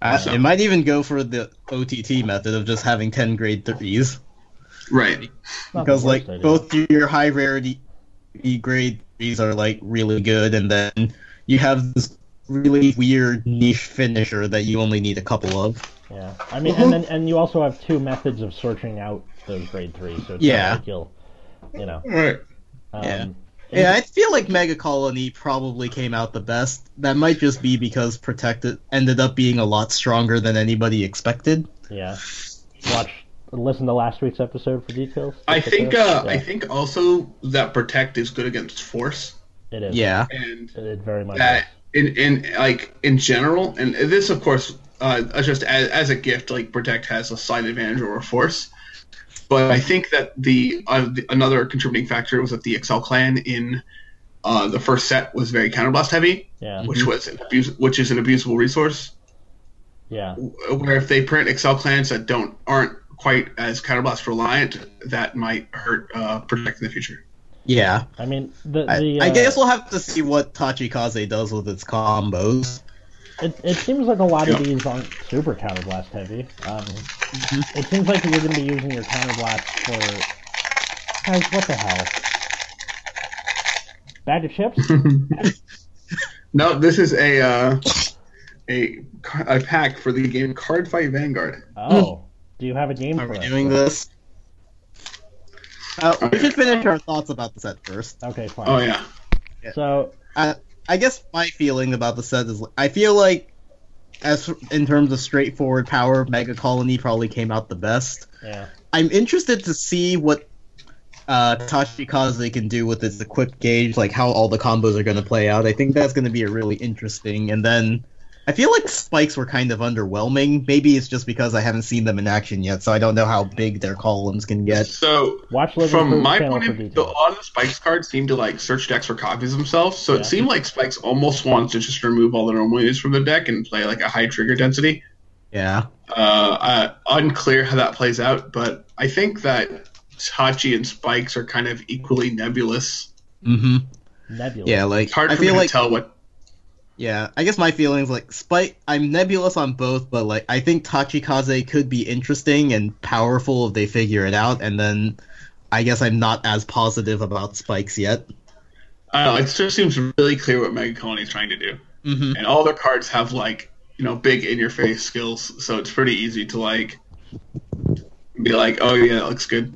C: I-
B: Awesome.
C: it might even go for the OTT method of just having 10 grade 3s.
B: Right.
A: it's not the
C: Because, like,
A: worst idea.
C: both your high rarity grade 3s are, like, really good, and then you have this really weird niche finisher that you only need a couple of.
A: Yeah. I mean, and then and you also have two methods of searching out those grade threes. So it's
C: Yeah.
A: Not like you'll, you know.
B: Right.
A: Um,
C: Yeah. Yeah, I feel like Mega Colony probably came out the best. That might just be because Protected ended up being a lot stronger than anybody expected.
A: Yeah. Watch. Listen to last week's episode for details.
B: I think uh,
A: Yeah,
B: I think also that protect is good against force
A: it is.
C: Yeah.
B: and
A: It, it very much.
B: that in in like in general and this of course uh, just as, as a gift like protect has a slight advantage over force but i think that the, uh, the another contributing factor was that the excel clan in uh, the first set was very counterblast heavy
A: is. Yeah.
B: which was an abuse, which is an abusable resource
A: Yeah.
B: where if they print excel clans that don't aren't quite as counterblast reliant that might hurt uh, protect in the future
C: Yeah.
A: I mean, the
C: I,
A: the.
C: I
A: uh,
C: guess we'll have to see what Tachikaze does with its combos.
A: It, it seems like a lot of
B: Yeah.
A: these aren't super counterblast heavy. Um,
B: Mm-hmm.
A: It seems like you're going to be using your counterblast for. Guys, what the hell? Bag of chips?
B: no this is a uh, a, a pack for the game card fight vanguard
A: Oh. Do you have a game
C: Are
A: for
C: we
A: us?
C: doing this? Uh, we should finish our thoughts about the set first.
A: Okay, fine.
B: oh yeah
A: So,
C: I guess my feeling about the set is I feel like, as in terms of straightforward power, Mega Colony probably came out the best.
A: yeah.
C: I'm interested to see what uh, Tashikaze can do with its equipped gauge, like how all the combos are going to play out. I think that's going to be a really interesting. And then I feel like spikes were kind of underwhelming. Maybe it's just because I haven't seen them in action yet, so I don't know how big their columns can get.
B: So
A: Watch Living
B: from
A: Proof
B: my
A: channel
B: point
A: for
B: of view, a
A: details.
B: lot of the Spikes cards seem to like search decks for copies themselves. So
A: Yeah.
B: it seemed like Spikes almost wants to just remove all the normal units from the deck and play like a high trigger density.
C: Yeah.
B: Uh, uh, unclear how that plays out, but I think that Tachi and Spikes are kind of equally nebulous.
C: Mm-hmm.
A: Nebula.
C: Yeah, like
B: It's hard
C: I
B: for me
C: feel
B: to
C: like
B: tell what.
C: yeah. I guess my feelings like spike. I'm nebulous on both, but like I think Tachikaze could be interesting and powerful if they figure it out. And then I guess I'm not as positive about spikes yet.
B: I don't know. It just seems really clear what Mega Colony is trying to do,
C: Mm-hmm.
B: and all their cards have like you know big in your face skills, so it's pretty easy to like be like, oh yeah, that looks good.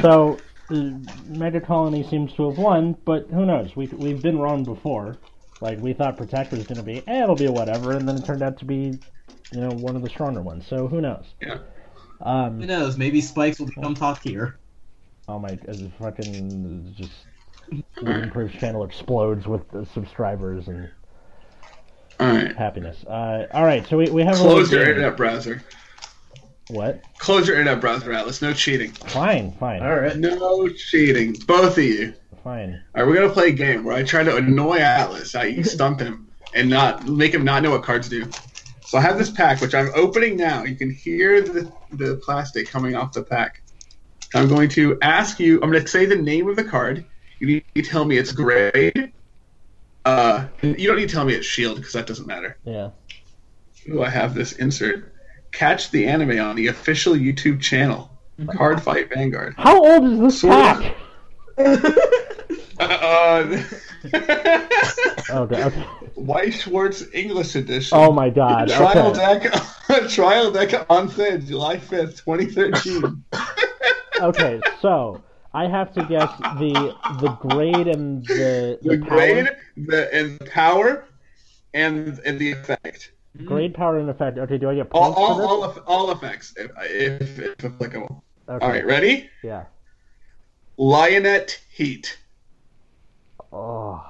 A: So, uh, Mega Colony seems to have won, but who knows? We, we've been wrong before. Like, we thought Protect was going to be, eh, it'll be whatever, and then it turned out to be, you know, one of the stronger ones. So, who knows?
B: Yeah.
A: Um,
C: Who knows? Maybe Spikes will become top tier.
A: Oh my! As a fucking just improved channel explodes with the subscribers and
B: all right.
A: happiness. Uh, all right, so we, we have
B: Close
A: a
B: your
A: little game.
B: internet browser.
A: What?
B: Close your internet browser, Atlas. No cheating.
A: Fine, fine,
C: right.
B: No cheating. Both of you.
A: fine.
B: All right, we're gonna play a game where I try to annoy Atlas. I you stump him and not make him not know what cards do. So I have this pack which I'm opening now. You can hear the, the plastic coming off the pack. I'm going to ask you. I'm going to say the name of the card. You need to tell me its grade. Uh, you don't need to tell me its shield because that doesn't matter.
A: Yeah.
B: Ooh, I have this insert. Catch the anime on the official YouTube channel, Card Fight Vanguard.
A: How old is this
B: Sure.
A: pack?
B: Uh,
A: Oh, God. Okay.
B: White Schwartz English Edition.
A: Oh my God.
B: Trial
A: Okay.
B: deck, trial deck on thin, July fifth, twenty thirteen.
A: okay. So I have to guess the the grade and the
B: The
A: power-
B: grade, the and the power, and and the effect.
A: grade power and effect. Okay. Do I get
B: All
A: points
B: all
A: for
B: all, eff- all effects, if, if, if applicable.
A: this? Okay.
B: All right, ready?
A: Yeah.
B: Lionette Heat.
A: Oh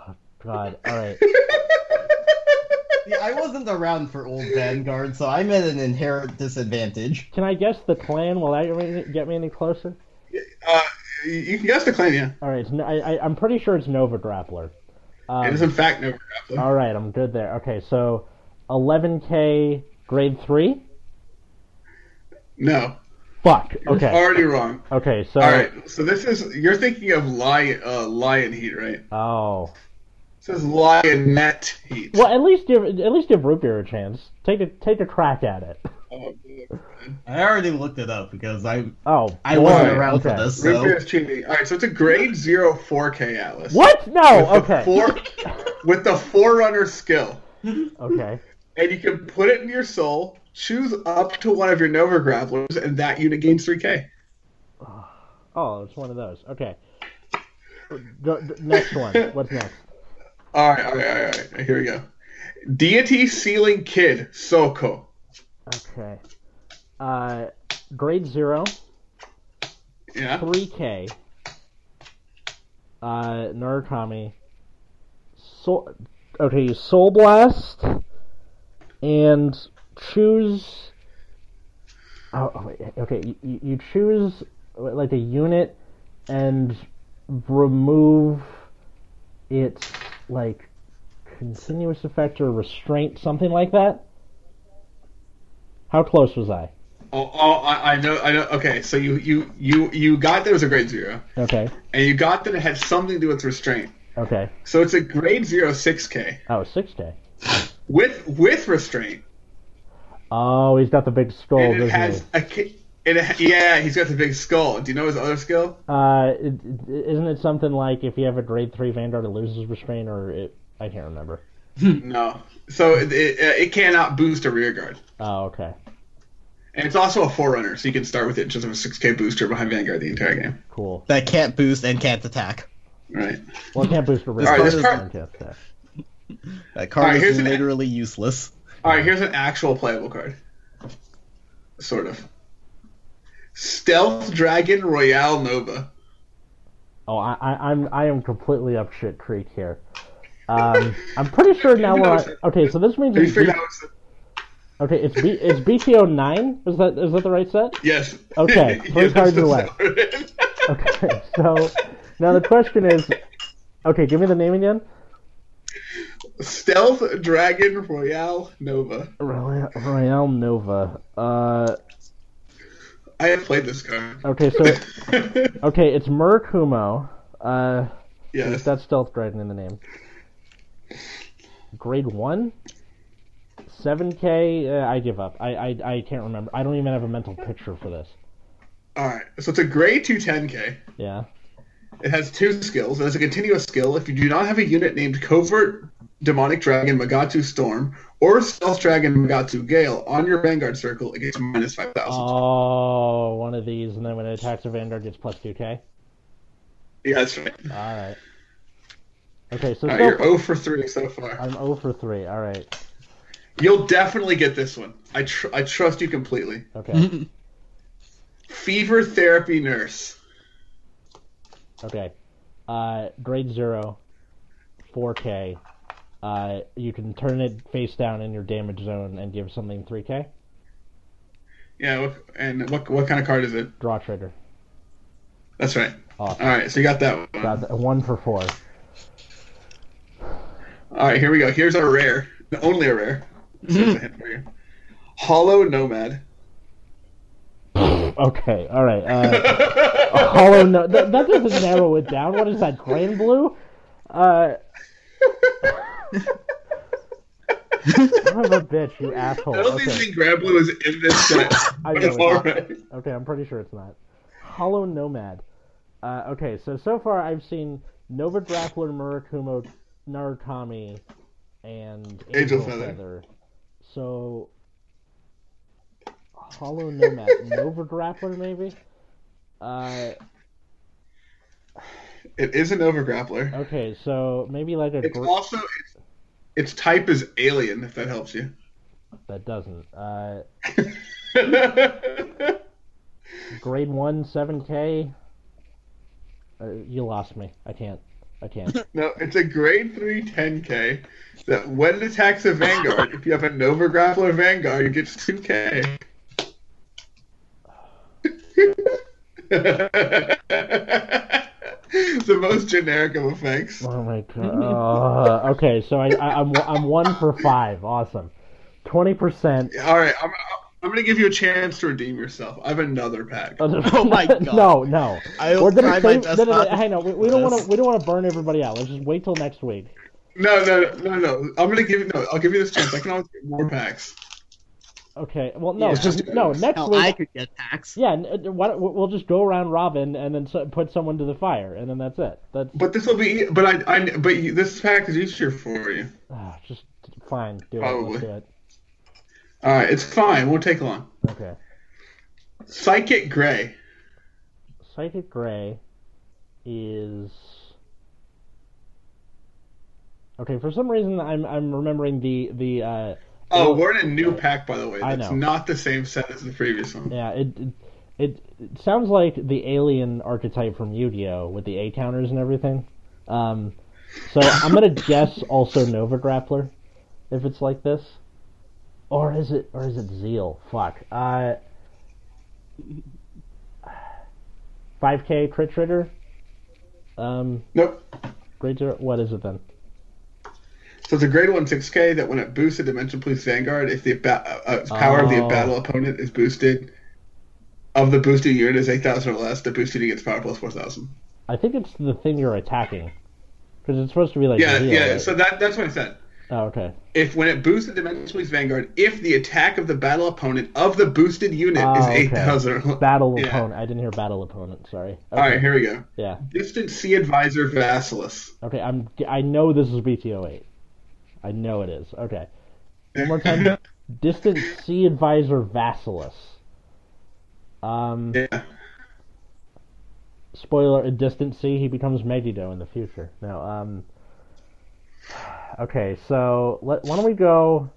A: God. All right.
C: Yeah, I wasn't around for old Vanguard, so I'm at an inherent disadvantage.
A: Can I guess the clan? Will that get me- get me any closer?
B: Uh, you- you can guess the claim, yeah.
A: All right. It's, no- I, I, I'm pretty sure it's Nova Grappler.
B: it
A: Um,
B: is in fact no grappling.
A: all right. I'm good there. Okay. So 11K grade three.
B: no,
A: Fuck. Okay.
B: already wrong.
A: Okay. So.
B: All right, so this is you're thinking of lion uh, lion heat, right?
A: Oh.
B: It says lionette heat.
A: Well, at least give at least give root beer a chance. Take a take a crack at it.
B: Oh, man.
C: I already looked it up because I
A: Oh,
C: I wasn't
A: boy,
C: around
A: okay.
C: for this.
B: Root beer
C: So
B: is cheating. All right, so it's a grade zero 4K Atlas.
A: What?
B: With
A: No.
B: the
A: Okay.
B: four- with the forerunner skill,
A: Okay.
B: and you can put it in your soul. Choose up to one of your Nova grapplers, and that unit gains 3K.
A: Oh, it's one of those. Okay. Go, d- next one. What's next?
B: All right, all right, all right, all right. Here we go. Deity Sealing Kid Soko.
A: Okay. Uh, grade zero,
B: Yeah.
A: three K. Uh, Narukami. Soul. Okay, Soul Blast, and choose. Oh, oh, wait, okay. You- You, you choose like a unit, and remove its like continuous effect or restraint, something like that. How close was I?
B: Oh, oh I, I know, I know. Okay, so you you you you got that it was a grade zero,
A: Okay.
B: and you got that it had something to do with restraint.
A: Okay.
B: So it's a grade zero 6K
A: Oh, six day.
B: with with restraint.
A: Oh, he's got the big skull,
B: And it
A: doesn't
B: has
A: he?
B: a ki- it, ha- yeah, he's got the big skull. Do you know his other skill?
A: Uh, it, it- isn't it something like if you have a grade three Vanguard, it loses restraint, or it? I can't remember.
B: No. So it, it, uh, it cannot boost a rear guard.
A: Oh, okay,
B: And it's also a forerunner, so you can start with it just as a 6k booster behind Vanguard the entire game.
A: cool.
C: that can't boost and can't attack.
B: Right.
A: Well, it can't boost a
B: All
A: rear.
B: right, this
A: guard.
B: part-
A: Okay.
C: That
B: All
C: card
B: right, here's
C: is
B: an-
C: literally useless.
B: Alright, here's an actual playable card. Sort of. Stealth Dragon Royale Nova.
A: Oh, I, I, I'm I am completely up shit creek here. Um, I'm pretty sure now.
B: You
A: We're
B: know
A: on,
B: it's-
A: okay, so this means
B: Have you
A: it's B,
B: figured out what's the-
A: okay. It's B, it's BTO nine. Is that is that the right set?
B: Yes.
A: Okay,
B: Yes,
A: three cards
B: that's
A: away.
B: what it is.
A: Okay, so now the question is, okay, give me the name again.
B: Stealth Dragon Royale Nova.
A: Royal Royale Nova. Uh,
B: I have played this card.
A: okay, so okay, it's Murakumo. Uh,
B: yes.
A: it's got Stealth Dragon in the name. Grade one. 7k uh, i give up I, I i can't remember i don't even have a mental picture for this
B: Alright, so it's a grade 210k.
A: yeah
B: It has two skills. It has a continuous skill. If you do not have a unit named Covert Demonic Dragon Magatu Storm or Stealth Dragon Magatu Gale on your Vanguard circle, it gets minus
A: Uh,
B: 5,000.
A: Oh, one of these, and then when it attacks a Vanguard, gets plus two K.
B: yeah, that's right.
A: All right. Okay, so
B: All right,
A: so
B: you're 0 for 3 so far.
A: I'm 0 for three. All right.
B: You'll definitely get this one. I, tr- I trust you completely.
A: Okay.
B: Fever Therapy Nurse.
A: okay. Uh, grade zero, four K. Uh, you can turn it face down in your damage zone and give something three K.
B: Yeah, what, and what, what kind of card is it?
A: Draw trigger.
B: That's right.
A: Awesome.
B: All right, so you got that one.
A: Got that. One for four.
B: All right, here we go. Here's our rare. Only a rare. So it's a hit for you. Hollow Nomad.
A: Okay. All right. Uh, hollow no. That, that doesn't narrow it down. What is that? Grand blue. Uh. Son of a bitch, you asshole.
B: I don't
A: Okay.
B: think think Grablu is in this set.
A: I
B: but
A: know
B: it's
A: it's not.
B: alright.
A: okay, I'm pretty sure it's not. Hollow Nomad. Uh, okay, so so far I've seen Nova Grappler, Murakumo, Narutami, and Angel
B: Angel Feather.
A: Feather. So Hollow Nomad, Nova Grappler maybe. Uh,
B: It is an overgrappler.
A: okay, so maybe like a
B: It's
A: gra-
B: also it's, its type is alien. If that helps you.
A: that doesn't. Uh,
B: That's
A: grade one, seven K. Uh, you lost me. I can't. I can't.
B: No, it's a grade 3 10k that when it attacks a Vanguard, if you have a Nova Grappler Vanguard, it gets 2k. the most generic of effects.
A: Oh my god. Uh, okay, so I, I, I'm I'm one for five. Awesome. Twenty percent.
B: Alright, I'm, I'm going to give you a chance to redeem yourself. I have another pack.
A: Oh
C: my God.
A: No, no.
C: I will
A: We're gonna
C: try my
A: save-
C: best
A: no, no, no,
C: not to
A: hang on. We, we don't
C: do
A: want to.
C: this.
A: We don't want to burn everybody out. Let's just wait till next week.
B: No, no, no, no. I'm going to give you, no, I'll give you this chance. I can always get more packs.
A: Okay. Well, no,
C: Yeah.
A: just no. Next
C: Hell,
A: week.
C: I could get packs.
A: Yeah. n- uh, Why don't, we'll just go around Robin and then so, put someone to the fire, and then that's it. That's
B: But this will be, but I, I but you, this pack is easier for you.
A: ah, just fine. Do
B: Probably.
C: Oh.
A: it. Let's do it.
B: Alright, it's fine. Won't take long.
A: Okay.
B: Psychic Gray.
A: Psychic Gray is okay. For some reason, I'm I'm remembering the the uh,
B: Oh,
A: Well,
B: we're in a new pack, by the way.
A: I
B: That's
A: know.
B: not the same set as the previous one.
A: yeah. It, it it it sounds like the alien archetype from Yu-Gi-Oh with the A counters and everything. Um, so I'm gonna guess also Nova Grappler, if it's like this, or is it or is it Zeal? Fuck. Uh, 5K crit trigger. Um,
B: Nope.
A: grade zero. What is it then?
B: So it's a grade one six K that when it boosts a Dimension Police Vanguard, if the ba- uh, uh, power of the
A: Oh.
B: battle opponent is boosted, of the boosted unit is eight thousand or less, the boosted unit gets power plus four thousand.
A: I think it's the thing you're attacking. Because it's supposed to be like
B: Yeah,
A: real,
B: yeah.
A: right?
B: So that that's what I said.
A: oh, okay.
B: If when it boosts a Dimension Police Vanguard, if the attack of the battle opponent of the boosted unit
A: Oh,
B: is
A: okay.
B: eight thousand or less.
A: Battle
B: Yeah.
A: opponent. I didn't hear battle opponent. Sorry. Okay.
B: All right, here we go.
A: Yeah.
B: Distant Sea Advisor Vassalis.
A: Okay. I'm. I know this is BTO eight. I know it is. Okay. One more time. Distant Sea Advisor Vassalis. Um.
B: yeah.
A: Spoiler: a Distant Sea. He becomes Megiddo in the future. No. Um. Okay. So let. Why don't we go?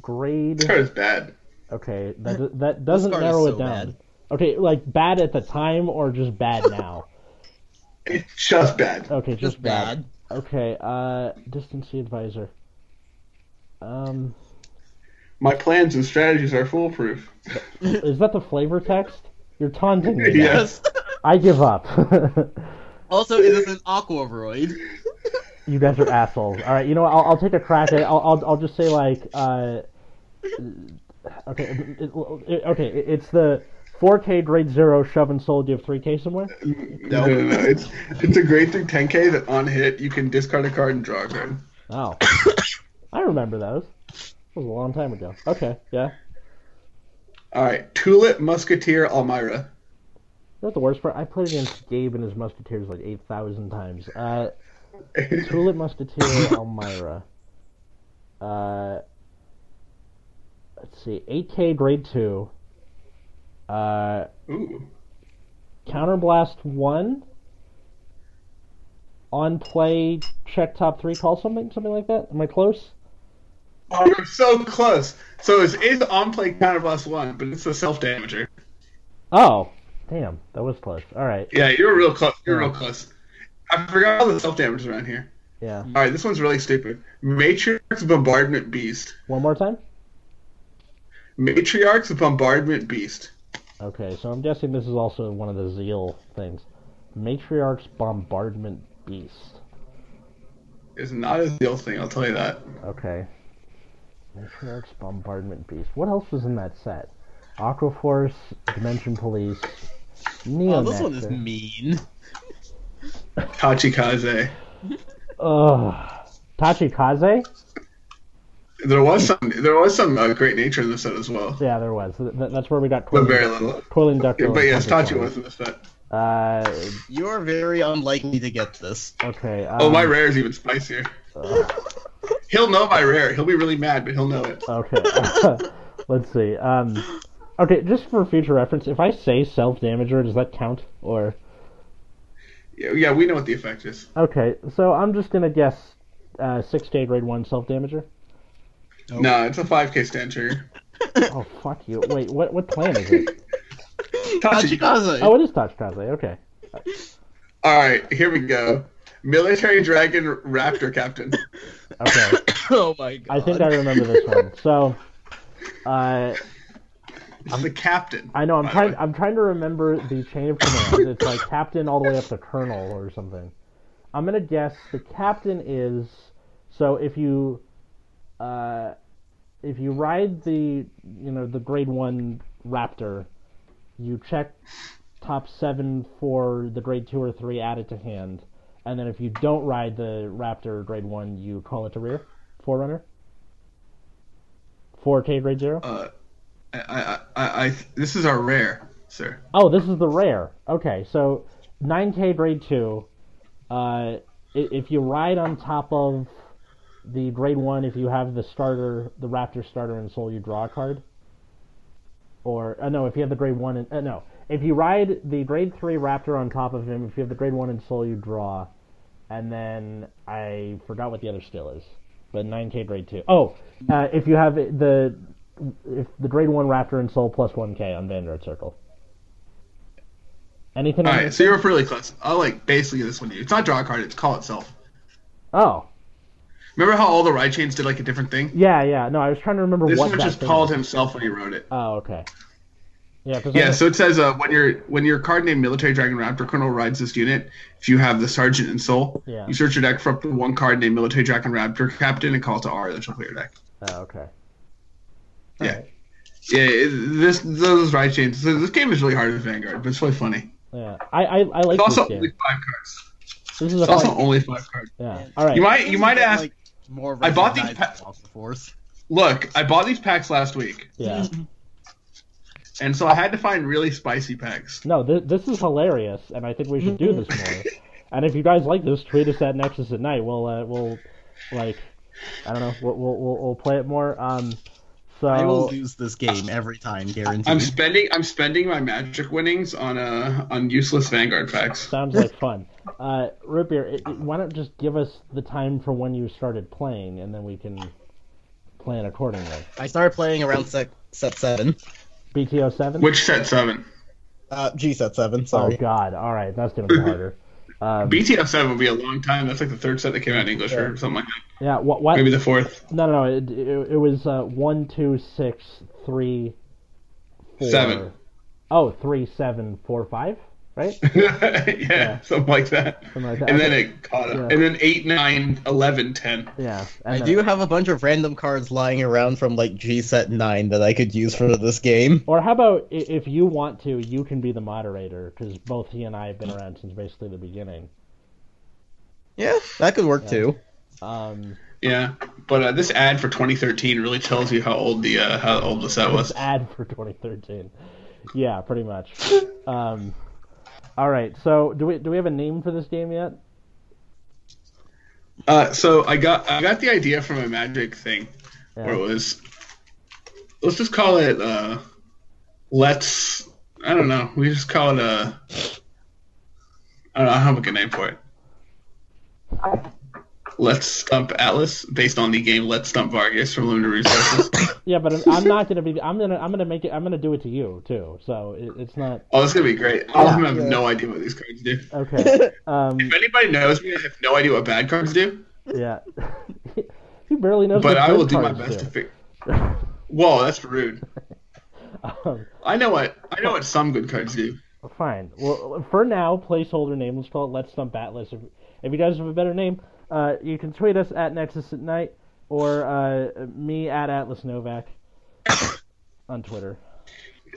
A: Grade.
B: This card is bad.
A: Okay, that that doesn't
C: card is
A: narrow
C: so
A: it down.
C: bad.
A: Okay, like bad at the time or just bad now.
B: It's just bad.
A: Okay, just,
C: Just bad.
A: Okay, uh, distancy advisor. Um,
B: My plans and strategies are foolproof.
A: is that the flavor text? You're taunting me. now.
B: Yeah.
C: Yes.
A: I give up.
C: also, it is an aquaroid.
A: you guys are assholes. All right, you know what? I'll, I'll take a crack at. I'll, I'll I'll just say like, uh, okay, it- it- okay, it- it's the 4K grade zero shove and soul. Do you have 3K somewhere?
B: No, no, no. It's it's a grade through 10k that on hit you can discard a card and draw a card.
A: Oh. I remember those. That was a long time ago. Okay, yeah.
B: All right, Tulip Musketeer Almira.
A: That's the worst part. I played against Gabe and his Musketeers like 8,000 times. Uh, Tulip Musketeer Elmira. Uh, let's see. 8K grade 2. Uh,
B: Ooh,
A: Counterblast 1. On play, check top 3, call something, something like that. Am I close?
B: oh, you're so close. So it's is on play counterblast one, but it's a self damager.
A: Oh, damn. That was close. All right.
B: Yeah, you're real close. You're real close. I forgot all the self damagers around here.
A: Yeah.
B: All right, this one's really stupid. Matriarch's Bombardment Beast.
A: One more time?
B: Matriarch's Bombardment Beast.
A: Okay, so I'm guessing this is also one of the zeal things. Matriarch's bombardment beast.
B: It's not a deal thing. I'll tell you that.
A: Okay. Matriarch's bombardment beast. What else was in that set? Aquaforce, Dimension Police, Neo.
C: Oh, this one is mean.
B: Tachikaze.
A: Ugh. Tachikaze?
B: There was some. There was some uh, great nature in this set as well,
A: Yeah, there was. Th- th- that's where we got
B: but
A: Coil,
B: very little.
A: Coil and Ductile.
B: but yes,
A: Thunderstorm.
B: Tachi was in this set.
A: Uh,
C: You're very unlikely to get this.
A: okay. Um,
B: Oh, my rare is even spicier. He'll know my rare. He'll be really mad, but he'll know it.
A: Okay. Let's see. Um, okay, just for future reference, if I say self damager, does that count or?
B: Yeah, yeah, we know what the effect is.
A: Okay, so I'm just gonna guess uh, six day grade one self damager.
B: No, it's a 5k stand trigger.
A: Oh fuck you! Wait, what what plan is it?
B: Tachi.
C: Tachikaze.
A: Oh, it is Tachikaze. Okay.
B: All right, here we go. Military Dragon Raptor Captain.
A: Okay.
C: Oh my god.
A: I think I remember this one. So, uh,
B: It's the captain.
A: I know I'm
B: by the
A: trying.
B: way.
A: I'm trying to remember the chain of command. It's like captain all the way up to colonel or something. I'm gonna guess the captain is. So if you, uh, if you ride the you know the grade one Raptor, you check top seven for the grade two or three added to hand, and then if you don't ride the Raptor grade one, you call it to rear, forerunner, four K grade zero.
B: Uh, I, I, I, I, this is our rare, sir.
A: Oh, this is the rare. Okay, so 9K grade 2. Uh, i- if you ride on top of the grade 1, if you have the starter, the Raptor starter and soul, you draw a card. Or, uh, no, if you have the grade 1 and. Uh, no. If you ride the grade 3 Raptor on top of him, if you have the grade 1 and soul, you draw. And then I forgot what the other skill is. But 9K grade 2. Oh, uh, if you have the. If the grade 1 Raptor and soul plus 1K on Vanguard Circle. Anything
B: All
A: on
B: right, so you're really close. I'll like basically give this one to you. It's not draw a card. It's call itself.
A: Oh,
B: Remember how all the ride chains did like a different thing?
A: yeah, yeah. No, I was trying to remember
B: This
A: what
B: one
A: that
B: just
A: thing
B: called
A: was.
B: himself when he wrote it.
A: Oh, okay. Yeah, because
B: Yeah, so it says uh, when your when your card named Military Dragon Raptor Colonel rides this unit, if you have the Sergeant and Soul,
A: Yeah.
B: you search your deck for up to one card named Military Dragon Raptor Captain and call it to R. Then she'll clear your deck.
A: oh, okay.
B: yeah, yeah. it- This those ride chains. so This game is really hard with Vanguard, but it's really funny.
A: Yeah, I I, I like
B: It's also
A: this game.
B: only five cards.
A: This is a
B: It's also
A: fun,
B: only five cards.
A: yeah. All right.
B: You might you might
C: Get,
B: ask.
C: like, more
B: I bought these
C: recognized off the force.
B: Look, I bought these packs last week,
A: Yeah.
B: and so I had to find really spicy packs.
A: No, this, this is hilarious, and I think we should do this more. and if you guys like this, tweet us at Nexus at Night. We'll uh, we'll like I don't know. We'll we'll, we'll, we'll play it more. Um. So
C: I will lose this game every time, guaranteed.
A: Mm-hmm.
B: I'm spending I'm spending my magic winnings on uh on useless Vanguard packs.
A: Sounds like fun. Uh, Rootbeer, it, it- why don't just give us the time for when you started playing, and then we can plan accordingly.
C: I started playing around sec- set seven.
A: BTO seven.
B: Which set seven?
C: Uh, G set seven.
A: Oh
C: Sorry.
A: God! All right, that's gonna be harder. Um,
B: BTF seven would be a long time. That's like the third set that came out in English or something like that.
A: yeah. What? What?
B: Maybe the fourth.
A: No, no, no. It, it, it was uh, one, two, six, three, four.
B: Seven.
A: Oh, three, seven, four, five. Right?
B: yeah, something like that.
A: like that.
B: And then it caught up.
A: Yeah.
B: And then eight, nine, eleven, ten.
A: Yeah. And uh,
C: I
A: then-
C: do have a bunch of random cards lying around from like G set nine that I could use for this game.
A: Or how about i- if you want to, you can be the moderator because both he and I have been around since basically the beginning.
C: Yeah, that could work too.
A: Um,
B: Yeah. But uh, this ad for 2013 really tells you how old the uh, how old the set was.
A: ad for 2013. Yeah, pretty much. Um, all right. So, do we do we have a name for this game yet?
B: Uh, so I got I got the idea from a magic thing where it was let's just call it uh let's I don't know, we just call it uh I don't know, I don't have a good name for it. Let's stump Atlas based on the game Let's Stump Vargas from Limited Resources.
A: Yeah, but I'm- I'm not gonna be. I'm gonna. I'm gonna make it. I'm gonna do it to you too. So it, it's not
B: oh, it's gonna be great. I don't have
C: Yeah.
B: no idea what these cards do.
A: okay. Um,
B: If anybody knows me, I have no idea what bad cards do,
A: yeah. he barely knows.
B: but
A: what
B: I will
A: good
B: do my
A: cards
B: best
A: do.
B: to figure. Whoa, that's rude.
A: Um,
B: I know what I know what some good cards do.
A: Fine. Well, for now, placeholder name. Let's call it Let's Stump Atlas. If, if you guys have a better name, uh, you can tweet us at Nexus at Night or uh, me at Atlas Novak on Twitter.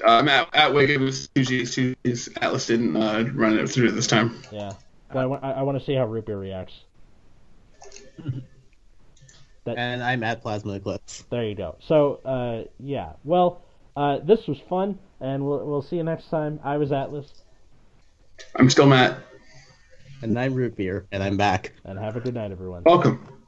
B: Um, at, at Wiggins, two G's, two G's. Atlas didn't uh, run it through this time.
A: Yeah. But I, want to see how Root Beer reacts. That-
C: and I'm at Plasma Eclipse.
A: There you go. So, uh, yeah. Well, uh, this was fun, and we'll, we'll see you next time. I was Atlas,
B: I'm still Matt.
C: And I'm Root Beer, and I'm back.
A: and have a good night, everyone.
B: Welcome.